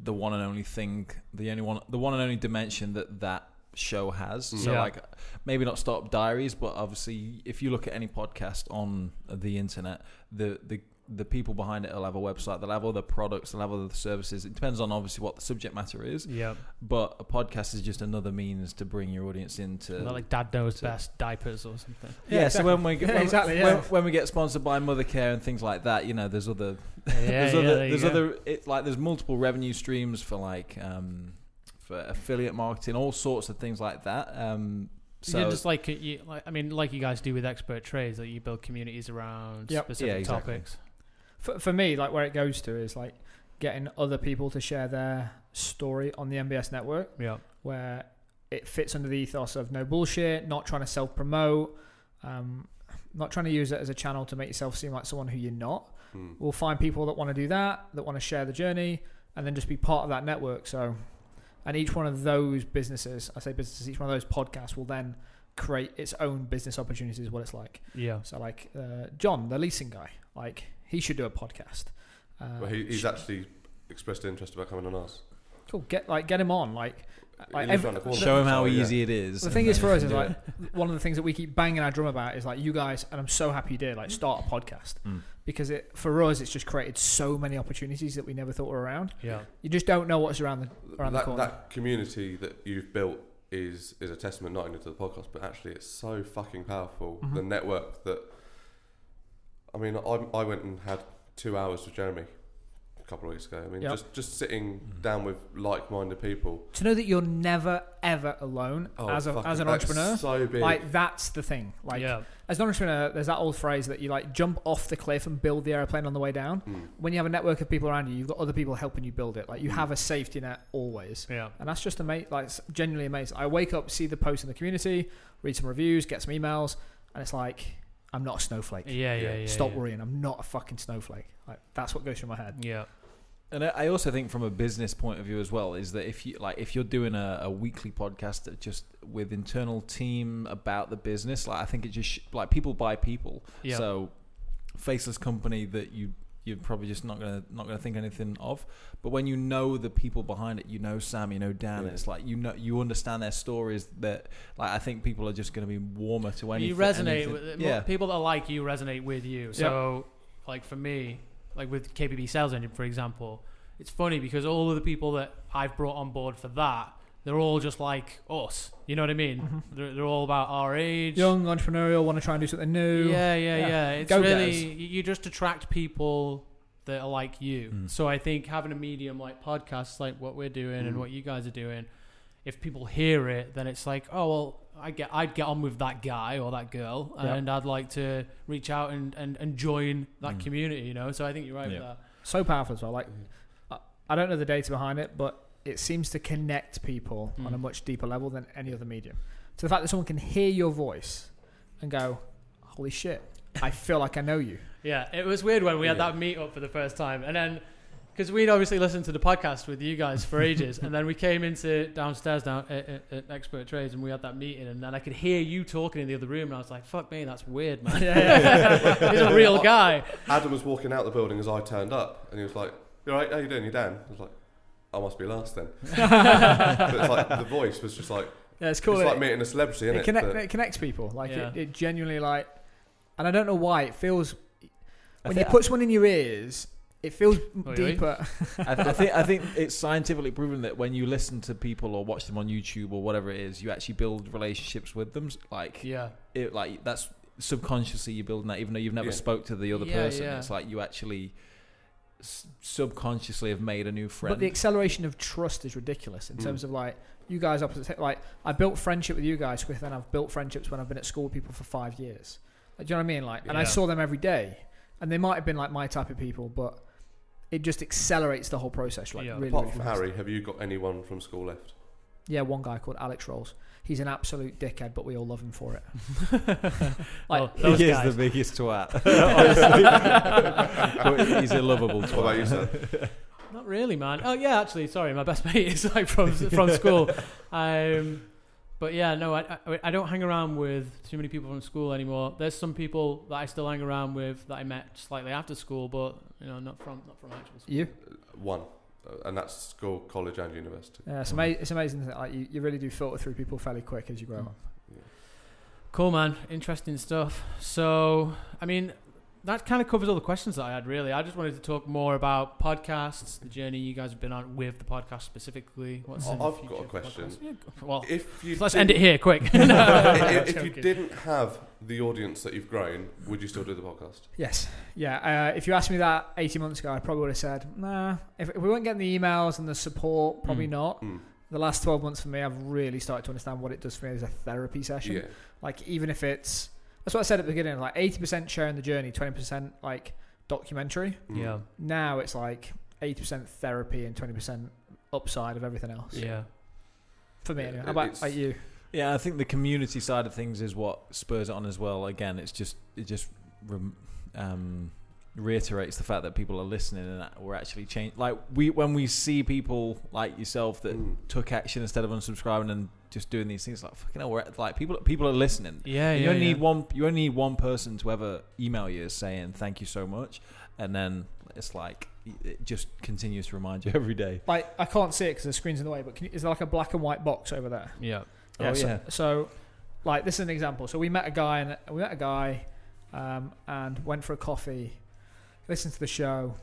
D: the one and only thing, the only one, the one and only dimension that that show has.
B: Mm.
D: So
A: Yeah.
D: like, maybe not Startup Diaries, but obviously, if you look at any podcast on the internet, the the the people behind it will have a website, they'll have other products, they'll have other services. It depends on obviously what the subject matter is.
A: Yep.
D: but a podcast is just another means to bring your audience into
A: Not like Dad knows
D: so-
A: best diapers or something.
D: yeah,
C: Yeah,
D: so when we
C: exactly.
D: get when,
C: Yeah, exactly,
D: when,
C: yeah.
D: when we get sponsored by mothercare and things like that you know there's other
A: Yeah.
D: there's
A: yeah,
D: other
A: there you
D: there's
A: go.
D: other it's like there's multiple revenue streams for like um for affiliate marketing all sorts of things like that um
A: So
D: so
A: just like you, like I mean, like you guys do with expert trades, like you build communities around
C: Yep.
A: specific
D: Yeah, exactly.
A: topics.
C: For, for me, like where it goes to is like getting other people to share their story on the MBS network.
A: Yeah.
C: where it fits under the ethos of no bullshit, not trying to self promote, um, not trying to use it as a channel to make yourself seem like someone who you're not.
B: Mm.
C: We'll find people that want to do that, that want to share the journey, and then just be part of that network. So, and each one of those businesses, I say businesses, each one of those podcasts will then create its own business opportunities, what it's like.
A: Yeah.
C: So, like uh, John, the leasing guy, like he should do a podcast. Uh,
B: Well, he, he's actually expressed interest about coming on us.
C: cool. Get like get him on. Like
B: He
C: Like
B: lives
C: every-
B: around the corner,
D: show them how
B: so, yeah.
D: easy it is
C: The
D: and
C: thing
D: then
C: is for
D: we
C: us
D: can
C: is
D: do
C: like
D: it.
C: one of the things that we keep banging our drum about is like you guys, and I'm so happy you did like start a podcast
D: Mm.
C: because it for us it's just created so many opportunities that we never thought were around.
A: Yeah.
C: You just don't know what's around the around the
B: that,
C: corner.
B: that community that you've built is is a testament not only to the podcast but actually it's so fucking powerful
C: Mhm.
B: the network that i mean I, I went and had two hours with jeremy a couple of weeks ago i mean
C: Yep.
B: just just sitting down with like-minded people
C: To know that you're never ever alone
B: oh,
C: as a,
B: fucking-
C: as an
B: that's
C: entrepreneur,
B: so big
C: like that's the thing. Like
A: yeah.
C: as an entrepreneur, there's that old phrase that you like jump off the cliff and build the airplane on the way down.
B: Mm.
C: When you have a network of people around you, you've got other people helping you build it. Like you
B: Mm.
C: have a safety net always.
A: Yeah.
C: And that's just amazing. Like, it's genuinely amazing. I wake up, see the post in the community, read some reviews, get some emails, and it's like, I'm not a snowflake.
A: Yeah. Yeah.
B: Yeah.
A: Yeah.
C: Stop
A: yeah.
C: worrying. I'm not a fucking snowflake. Like, that's what goes through my head.
A: Yeah.
D: And I- I also think from a business point of view as well is that if you like if you're doing a, a weekly podcast that just with internal team about the business, like I think it just sh- like people buy people.
A: Yeah.
D: So faceless company that you you're probably just not gonna not gonna think anything of. But when you know the people behind it, you know Sam, you know Dan,
B: Yeah.
D: it's like you know you understand their stories. That like I think people are just gonna be warmer to anything.
A: you resonate
D: anything-
A: with it.
D: yeah.
A: people that are like you resonate with you so like for me like with kbb sales engine for example it's funny because all of the people that i've brought on board for that they're all just like us you know what i mean
C: Mhm.
A: they're, they're all about our age
C: Young, entrepreneurial, want to try and do something new.
A: yeah yeah yeah,
C: Yeah.
A: it's
C: Go-getters.
A: really you you just attract people that are like you.
D: Mm.
A: So I think having a medium like podcasts, like what we're doing and
B: Mm.
A: what you guys are doing, if people hear it, then it's like, oh well, I get I'd get on with that guy or that girl,
C: Yeah.
A: and I'd like to reach out and and, and join that
D: Mm.
A: community. You know, so I think you're right with
D: Yeah.
A: that.
C: So powerful as well. Like I, I don't know the data behind it, but it seems to connect people on a
A: Mm.
C: much deeper level than any other medium. So the fact that someone can hear your voice and go, "Holy shit, I feel like I know you."
A: Yeah, it was weird when we had
B: Yeah.
A: that meet up for the first time, and then because we'd obviously listened to the podcast with you guys for ages, and then we came into downstairs down at, at, at Expert Trades, and we had that meeting, and then I could hear you talking in the other room, and I was like, "Fuck me, that's weird, man. He's a real guy."
B: Adam was walking out the building as I turned up, and he was like, "You all right? How you doing? You Dan?" I was like, "I must be last then." but it's like the voice was just like
C: Yeah, it's cool.
B: it's like
C: It-
B: meeting a celebrity,
C: it,
B: isn't it?
C: connect,
B: But
C: it connects people like
A: Yeah.
C: it, it genuinely like and i don't know why it feels
D: I
C: when you
D: think-
C: put someone in your ears it feels
A: oi.
C: deeper
D: I, th- I think I think it's scientifically proven that when you listen to people or watch them on YouTube or whatever it is, you actually build relationships with them. Like
A: Yeah,
D: it, like that's subconsciously you're building that, even though you've never
B: Yeah.
D: spoke to the other
A: Yeah,
D: person.
A: yeah.
D: It's like you actually s- subconsciously have made a new friend.
C: but the acceleration of trust is ridiculous in
B: Mm.
C: terms of like you guys opposite like i built friendship with you guys quicker than i've built friendships when i've been at school with people for five years like, do you know what i mean like and i
A: Yeah.
C: saw them every day and they might have been like my type of people but it just accelerates the whole process like
A: Yeah.
C: really,
B: apart
C: really
B: from
C: fast.
B: Harry, have you got anyone from school left?
C: yeah one guy called alex rolls he's an absolute dickhead but we all love him for it
A: Well,
C: Like-
A: Oh, those
D: he
A: guys.
D: is the biggest twat. honestly. But he's a lovable twat.
B: What about you, sir?
A: Not really, man. Oh yeah, actually, sorry, my best mate is like from from school. Um, but yeah, no, I, I I don't hang around with too many people from school anymore. There's some people that I still hang around with that I met slightly after school, but you know, not from not from actual school.
C: you
B: One, Uh, and that's school, college, and university.
C: Yeah, Uh, it's, ama- it's amazing that like, you, you really do filter through people fairly quick as you grow
D: Mm.
C: up.
A: Cool, man. Interesting stuff. So, I mean, that kind of covers all the questions that I had. Really, I just wanted to talk more about podcasts, the journey you guys have been on with the podcast specifically. What's in the
B: I've got
A: future
B: a
A: for
B: question.
A: podcasts. Yeah, go- well,
B: If you
A: let's
B: didn't-
A: end it here, quick. No,
B: if, if you
A: joking.
B: didn't have the audience that you've grown, would you still do the podcast?
C: Yes. Yeah. Uh, if you asked me that 18 months ago, I probably would have said, nah, if, if we weren't getting the emails and the support, probably
A: Mm.
C: not.
B: Mm,
C: The last 12 months for me, I've really started to understand what it does for me as a therapy session.
B: yeah,
C: Like, even if it's, that's what I said at the beginning, like 80% sharing the journey, 20% like documentary.
B: mm.
A: yeah,
C: Now it's like 80% therapy and 20% upside of everything else.
A: yeah.
C: For me,
B: Yeah,
C: anyway. How about
B: it's-
C: like you?
D: Yeah, I think the community side of things is what spurs it on as well. Again, it's just it just rem, um, reiterates the fact that people are listening and that we're actually change. Like we when we see people like yourself that
B: Mm.
D: took action instead of unsubscribing and just doing these things, like fucking hell, we're at- like people people are listening.
A: Yeah,
D: you
A: yeah,
D: only
A: yeah.
D: need one. You only need one person to ever email you saying thank you so much, and then it's like it just continues to remind you every day.
C: Like, I can't see it because the screen's in the way, but can you, is there like a black and white box over there?
A: Yeah.
D: Oh,
C: so,
D: yeah.
C: So, like, this is an example. So we met a guy, and we met a guy, um, and went for a coffee, listened to the show,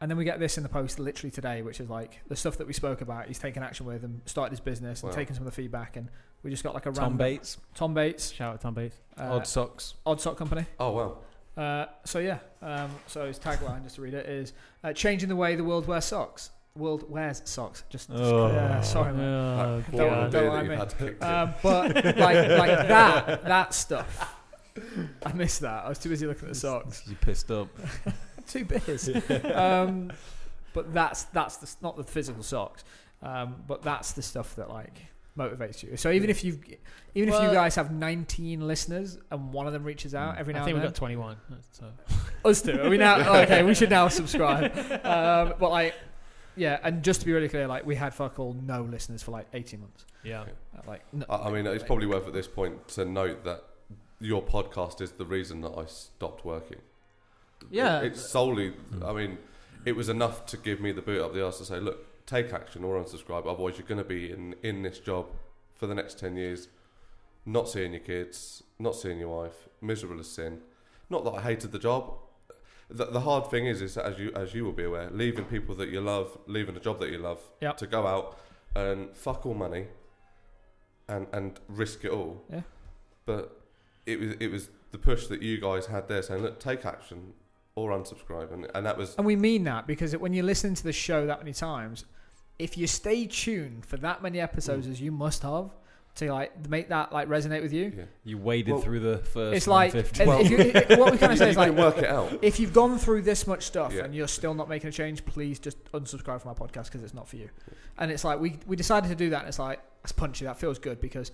C: and then we get this in the post literally today, which is like the stuff that we spoke about. He's taken action with and started his business and
B: Wow.
C: taken some of the feedback, and we just got like a
D: Tom
C: random
D: Bates,
C: Tom Bates,
A: Shout out Tom Bates.
C: uh,
D: Odd Socks.
C: Odd Sock Company.
B: Oh wow.
C: Uh, so yeah, um, so his tagline, just to read it, is uh, changing the way the world wears socks. World wears socks. Just, just-
D: Oh.
C: yeah, sorry, man.
A: Oh,
B: That bottle
A: God.
B: of
C: don't
B: beer that
C: lie
B: you've
C: to me.
B: had kicked in.
C: Uh, but like like that that stuff. I missed that. I was too busy looking at the socks.
D: You pissed up.
C: Too busy. um, but that's that's the, not the physical socks. Um, but that's the stuff that like motivates you. So even if you even if
A: Well-
C: you guys have 19 listeners and one of them reaches out
D: Mm.
C: every now
A: Hmm. I think
C: and
A: we've
C: then,
A: got 21. That's, uh,
C: us two. Are we now oh, okay? We should now subscribe. Um, but like, yeah, and just to be really clear, like we had fuck all no listeners for like 18 months.
A: yeah.
C: Uh, Like, no,
B: I, I mean, it's
C: like-
B: probably worth at this point to note that your podcast is the reason that I stopped working.
A: Yeah.
B: It- it's solely. I mean, it was enough to give me the boot up the arse to say, look, take action or unsubscribe. Otherwise, you're going to be in in this job for the next ten years, not seeing your kids, not seeing your wife, miserable as sin. Not that I hated the job. The, the hard thing is, is that as you as you will be aware, leaving people that you love, leaving a job that you love,
C: Yep.
B: to go out and fuck all money, and and risk it all.
C: Yeah.
B: But it was it was the push that you guys had there saying, look, take action or unsubscribe, and, and that was
C: And we mean that because when you listen to the show that many times, if you stay tuned for that many episodes as you must have to like make that like resonate with you,
B: yeah.
D: You waded
B: Well,
D: through the first.
C: it's like if
D: 150.
B: Well-
C: you, if- what we kind of say
B: you
C: is like
B: can work it out.
C: if you've gone through this much stuff
B: Yeah.
C: and you're still not making a change, please just unsubscribe from our podcast because it's not for you. And it's like we we decided to do that. And it's like that's punchy. That feels good because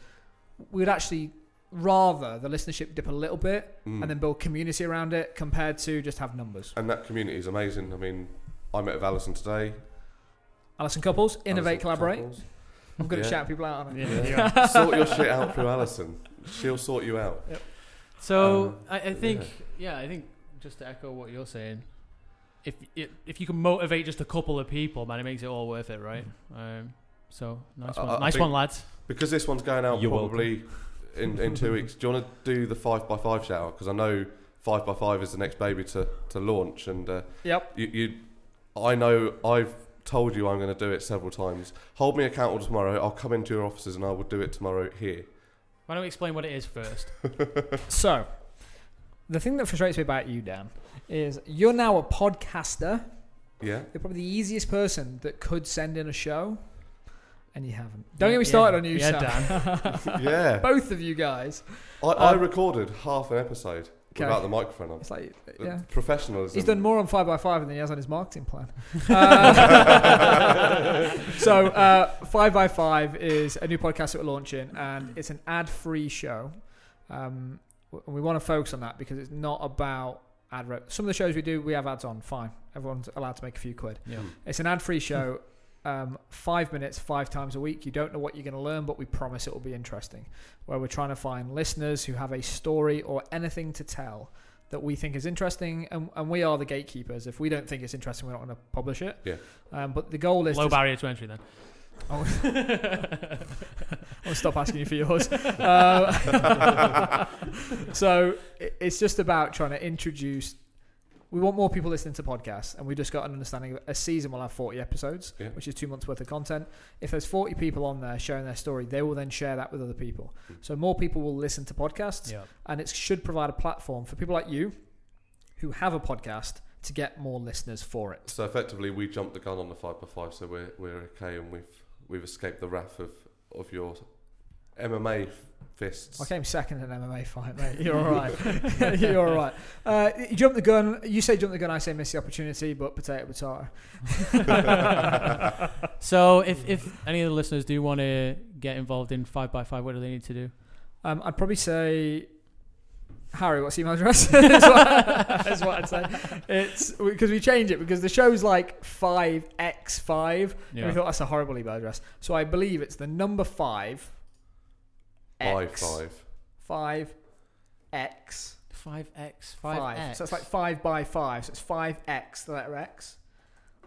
C: we'd actually rather the listenership dip a little bit
B: Mm.
C: and then build community around it compared to just have numbers.
B: And that community is amazing. I mean, I met with Alison today.
C: Alison Couples, innovate,
B: Alison
C: collaborate.
B: Couples.
C: I'm good
B: Yeah.
C: at shouting people out. Aren't I?
A: Yeah, you are.
B: Yeah. sort your shit out through Alison. She'll sort you out.
A: So
B: Um,
A: I, I
B: yeah.
A: think, yeah. I think just to echo what you're saying, if if, if you can motivate just a couple of people, man, it makes it all worth it, right?
C: Mm-hmm.
A: Um, so nice
C: Uh,
B: I-
A: one,
B: I- I
A: nice
B: think-
A: one, lads.
B: Because this one's going out
D: You're
B: probably in, in two weeks. Do you want to do the five by five shower? Because I know five by five is the next baby to, to launch, and uh,
C: Yep.
B: you, you, I know I've told you I'm going to do it several times. Hold me accountable tomorrow. I'll come into your offices and I will do it tomorrow here.
A: Why don't we explain what it is first?
C: So, the thing that frustrates me about you, Dan, is you're now a podcaster.
B: Yeah.
C: You're probably the easiest person that could send in a show, and you haven't. Don't get me
A: Yeah,
C: started on you,
A: yeah,
C: Sam.
B: Yeah.
C: Both of you guys.
B: I, I
C: Um,
B: recorded half an episode
C: Okay.
B: without the microphone on.
C: It's like,
B: The
C: yeah.
B: Professionalism.
C: He's done more on 5x5 than he has on his marketing plan. Uh, so, uh, 5x5 is a new podcast that we're launching, and it's an ad free show. Um, w- we want to focus on that because it's not about ad rep. Some of the shows we do, we have ads on, fine. Everyone's allowed to make a few quid.
A: Yeah.
C: It's an ad free show, um, five minutes, five times a week. You don't know what you're going to learn, but we promise it will be interesting. Where we're trying to find listeners who have a story or anything to tell that we think is interesting, and, and we are the gatekeepers. If we don't think it's interesting, we're not going to publish it.
B: Yeah.
C: Um, but the goal is
A: Low
C: to
A: barrier to entry then.
C: Oh. I'll stop asking you for yours. Uh, so i- it's just about trying to introduce. We want more people listening to podcasts, and we just got an understanding. Of a season will have forty episodes,
B: Yeah.
C: which is two months worth of content. If there's forty people on there sharing their story, they will then share that with other people. So more people will listen to podcasts,
A: yeah.
C: and it should provide a platform for people like you, who have a podcast, to get more listeners for it.
B: So effectively, we jumped the gun on the five by five, so we're we're okay, and we've we've escaped the wrath of of your MMA fists.
C: I came second in an MMA fight, mate. You're all right. You're all right. Uh, you jump the gun. You say jump the gun. I say miss the opportunity. But potato, potato.
A: so if, if any of the listeners do want to get involved in 5x5, what do they need to do?
C: Um, I'd probably say, Harry, what's your email address? that's, what, that's what I'd say. It's because we change it because the show's like five x five. And we thought that's a horrible email address. So I believe it's the number five.
B: by
C: X,
B: five.
C: Five. X.
A: 5x, 5x.
C: five. So it's like five by five. So it's five x, the letter x.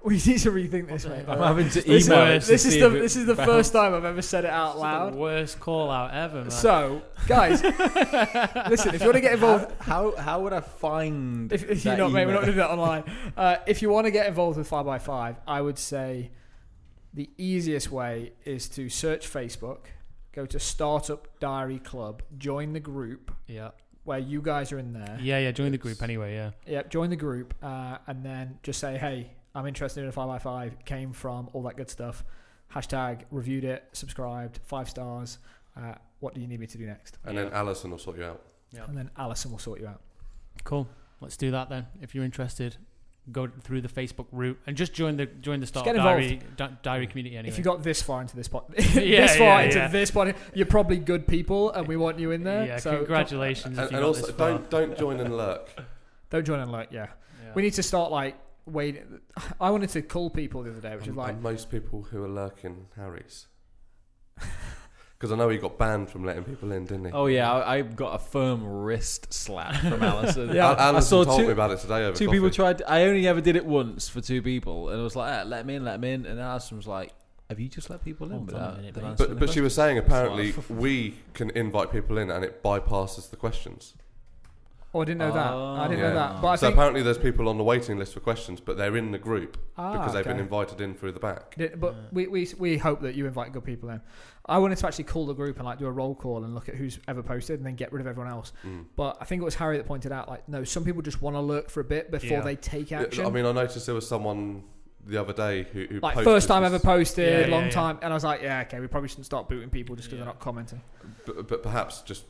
C: We need to rethink this,
A: What the
C: mate.
A: hell?
D: I'm having to
C: This,
D: email it
C: is,
D: to
C: this is
D: see
C: the
D: if it
C: this is the
D: bounced.
C: first time I've ever said it out
A: This is The
C: loud.
A: worst call out ever, man.
C: So, guys, listen. If you want to get involved,
D: How, how how would I find?
C: if, if
D: that
C: you're not, mate, we're not
D: email?
C: doing that online. Uh, if you want to get involved with Five by Five, I would say the easiest way is to search Facebook, go to Startup Diary Club, join the group
A: yeah.
C: where you guys are in there.
A: Yeah, yeah, join the group anyway, yeah.
C: Yep, join the group uh, and then just say, hey, I'm interested in a 5x5, came from, all that good stuff. Hashtag reviewed it, subscribed, five stars. Uh, what do you need me to do next?
B: And then Alison will sort you out.
A: Yep.
C: And then Alison will sort you out.
A: Cool. Let's do that then. If you're interested, go through the Facebook route and just join the join the startup
C: get
A: diary di- diary community anyway.
C: If you got this far into this pod,
A: Yeah,
C: this far
A: yeah,
C: into
A: yeah.
C: this pod, you're probably good people and we want you in there.
A: yeah,
C: so
A: congratulations. if
B: And,
A: you
B: and
A: got
B: also,
A: this far.
B: don't don't join and lurk.
C: Don't, don't join and like, yeah.
A: Yeah.
C: We need to start like, wait. I wanted to call people the other day,
A: Um,
C: which is
B: And-
C: like,
B: and most people who are lurking, Harry's. Because I know he got banned from letting people in, didn't he?
D: Oh yeah, I, I got a firm wrist slap from Alison.
C: Yeah.
B: Al-
D: I
B: Alison
D: saw
B: told
D: two-
B: me about it today over
D: Two
B: coffee.
D: people tried. I only ever did it once for two people, and I was like, "Ah, "Let me in, let me in." And Alison was like, "Have you just let people in?"
A: Hold on a minute,
D: them
A: mate.
D: answering
B: But,
D: the
B: but she was saying
D: question?"
B: apparently
D: It's like-
B: we can invite people in and it bypasses the questions.
C: Oh, I didn't know that. I didn't
B: Yeah.
C: know
A: oh.
C: that. But I
B: so
C: think
B: apparently there's people on the waiting list for questions, but they're in the group
C: ah,
B: because they've been
C: okay.
B: invited in through the back.
C: Did- But
D: Yeah.
C: we, we we hope that you invite good people in. I wanted to actually call the group and like do a roll call and look at who's ever posted and then get rid of everyone else.
B: Mm.
C: But I think it was Harry that pointed out like no, some people just want to lurk for a bit before
E: Yeah.
C: they take
B: Yeah,
C: action.
B: I mean, I noticed there was someone the other day who, who
C: like
B: posted
C: first time
B: this-
C: ever posted,
E: Yeah,
C: long
E: yeah, yeah.
C: time, and I was like, yeah, okay, we probably shouldn't start booting people just because
E: Yeah.
C: they're not commenting.
B: but, but perhaps just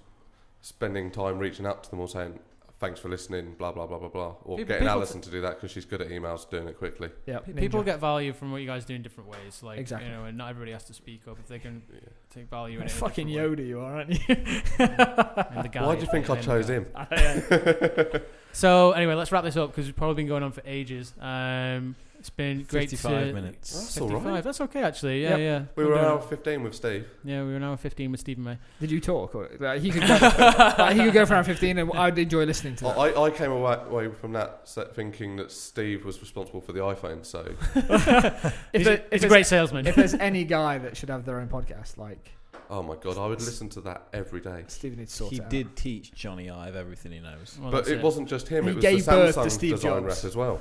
B: spending time reaching out to them or saying thanks for listening, blah blah blah blah blah,
A: People-
B: or getting
A: people-
B: Alison to do that because she's good at emails, doing it quickly.
C: Yeah,
A: P-
C: ninja.
A: People get value from what you guys do in different ways. Like,
C: Exactly.
A: you know, and not everybody has to speak up if they can
B: Yeah.
A: take value in it. in a
C: fucking
A: different way.
C: Yoda, you are, aren't you?
A: And the
B: Why
A: guy-
B: do you think I
A: and the
B: chose
A: guy.
B: him?
A: So anyway, let's wrap this up because we've probably been going on for ages. Um, it's been great to
D: 55 minutes.
B: That's all right.
A: 55, That's okay, actually. Yeah,
C: Yep.
A: yeah.
B: We
A: We're
B: were
A: doing
B: an
A: it.
B: hour fifteen with Steve.
A: Yeah, we were an hour 15 with Stephen May.
C: Did you talk? Or, like, he could go, like, he could go for around fifteen, and I'd enjoy listening to
B: I,
C: that.
B: I I came away, away from that set thinking that Steve was responsible for the iPhone. So
A: He's,
C: If there-
A: a,
C: if
A: he's a
C: there's-
A: great salesman.
C: If there's any guy that should have their own podcast, like
B: oh my god, I would listen to that every day.
C: Stephen needs to sort
D: He
C: it out.
D: did teach Johnny Ive everything he knows.
A: Well,
B: but
A: that's
B: it, wasn't just him;
C: He
B: it was
C: gave
B: the
C: birth to
B: Samsung
C: Steve
B: design
C: Jobs.
B: rep as well.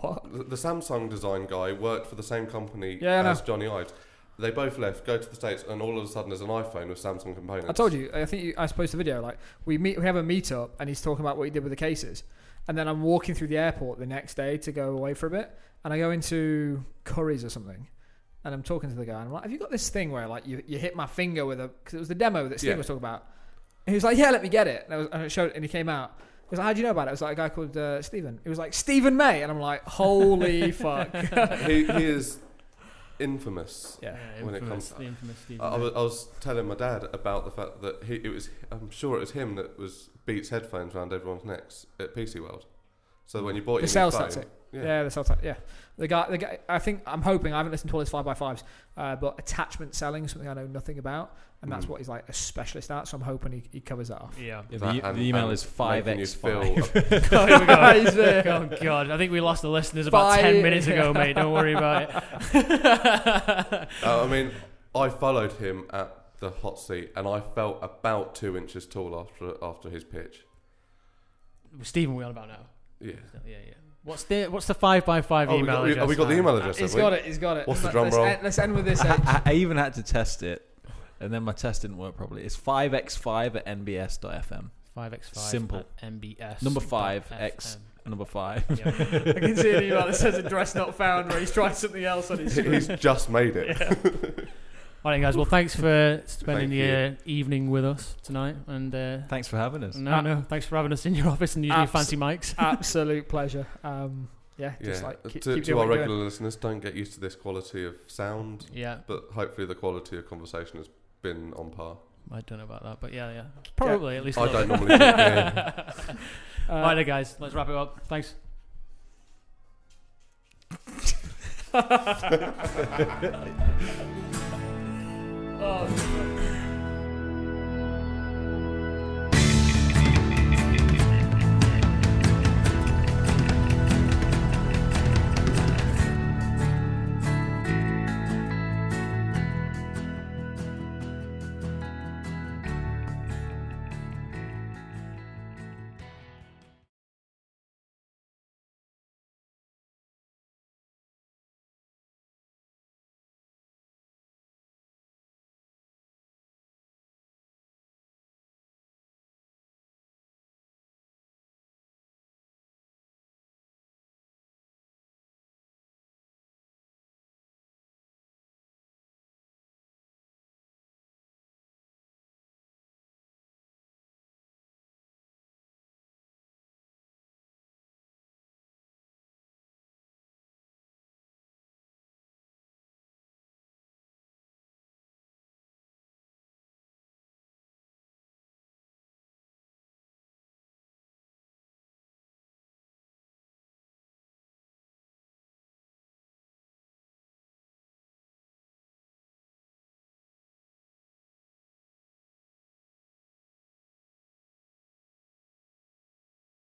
C: What?
B: The, the Samsung design guy worked for the same company
C: Yeah, I know.
B: as Johnny Ives. They both left, go to the states, and all of a sudden there's an iPhone with Samsung components.
C: I told you. I think you, I posted a video. Like we meet, we have a meetup, and he's talking about what he did with the cases. And then I'm walking through the airport the next day to go away for a bit, and I go into Curry's or something, and I'm talking to the guy, and I'm like, "Have you got this thing where like you, you hit my finger with a because it was the demo that Steve
B: Yeah.
C: was talking about." And he was like, "Yeah, let me get it," and I, was, and I showed it, and he came out. He was like, "How do you know about it?" It was like a guy called uh, Stephen. It was like Stephen May, and I'm like, "Holy fuck!"
B: he, he is infamous.
A: it.
C: Yeah.
A: Yeah,
B: when it
A: infamous-
B: comes-
A: the infamous Stephen
B: I, I
A: May.
B: was, I was telling my dad about the fact that he, it was, I'm sure it was him that was Beats headphones around everyone's necks at PC World. So when you bought your
C: The
B: new
C: sales
B: phone-
C: tactic.
B: Yeah.
C: Yeah, the cell type. Yeah, the guy. The guy. I think I'm hoping. I haven't listened to all his five by fives, uh, but attachment selling is something I know nothing about, and that's
B: Mhm.
C: what he's like a specialist at. So I'm hoping he, he covers that off.
A: Yeah.
D: Yeah,
B: That
D: the, e-,
B: and-
D: the email
B: and
D: is
B: making you
D: 5x5.
B: feel-
A: Oh, here we go.
C: He's there.
A: Oh, God. I think we lost the listeners about
C: Bye.
A: 10 minutes ago, mate. Don't worry about it.
B: Uh, I mean, I followed him at the hot seat, and I felt about two inches tall after after his pitch.
A: Stephen, we're on about now.
B: Yeah.
A: Yeah, yeah. What's the, what's the 5 by 5
B: Oh, we
A: email
B: got, we,
A: address?
B: have we got the
A: now?
B: email address?
C: He's
B: have we?
C: got it. He's got it.
B: What's the
C: Let-
B: drum
C: let's
B: roll?
C: End, let's end with this. H.
D: I, I I even had to test it, and then my test didn't work properly. It's 5x5 at nbs.fm.
A: 5x5
D: Simple.
A: at MBS.
D: Number
A: dot
D: five,
A: FM.
D: X. Number five.
A: Yeah.
C: I can see an email that says address not found where he's tried something else on his
B: He's just made it.
A: All right, guys. Well, thanks for spending the
B: Thank
A: uh, evening with us tonight. And uh,
D: Thanks for having us.
A: no, no, thanks for having us in your office and using your
C: Abs-
A: fancy mics.
C: Absolute pleasure. Um, yeah, just
B: yeah.
C: like keep,
B: to
C: keep
B: to
C: doing
B: our
C: what you're doing.
B: regular listeners, don't get used to this quality of sound,
A: Yeah,
B: but hopefully the quality of conversation has been on par.
A: I don't know about that, but yeah, yeah, probably at least.
B: I
A: a little
B: don't
A: bit.
B: normally do it, yeah.
C: Uh,
A: All right, then, guys. Let's wrap it up. Thanks.
C: oh,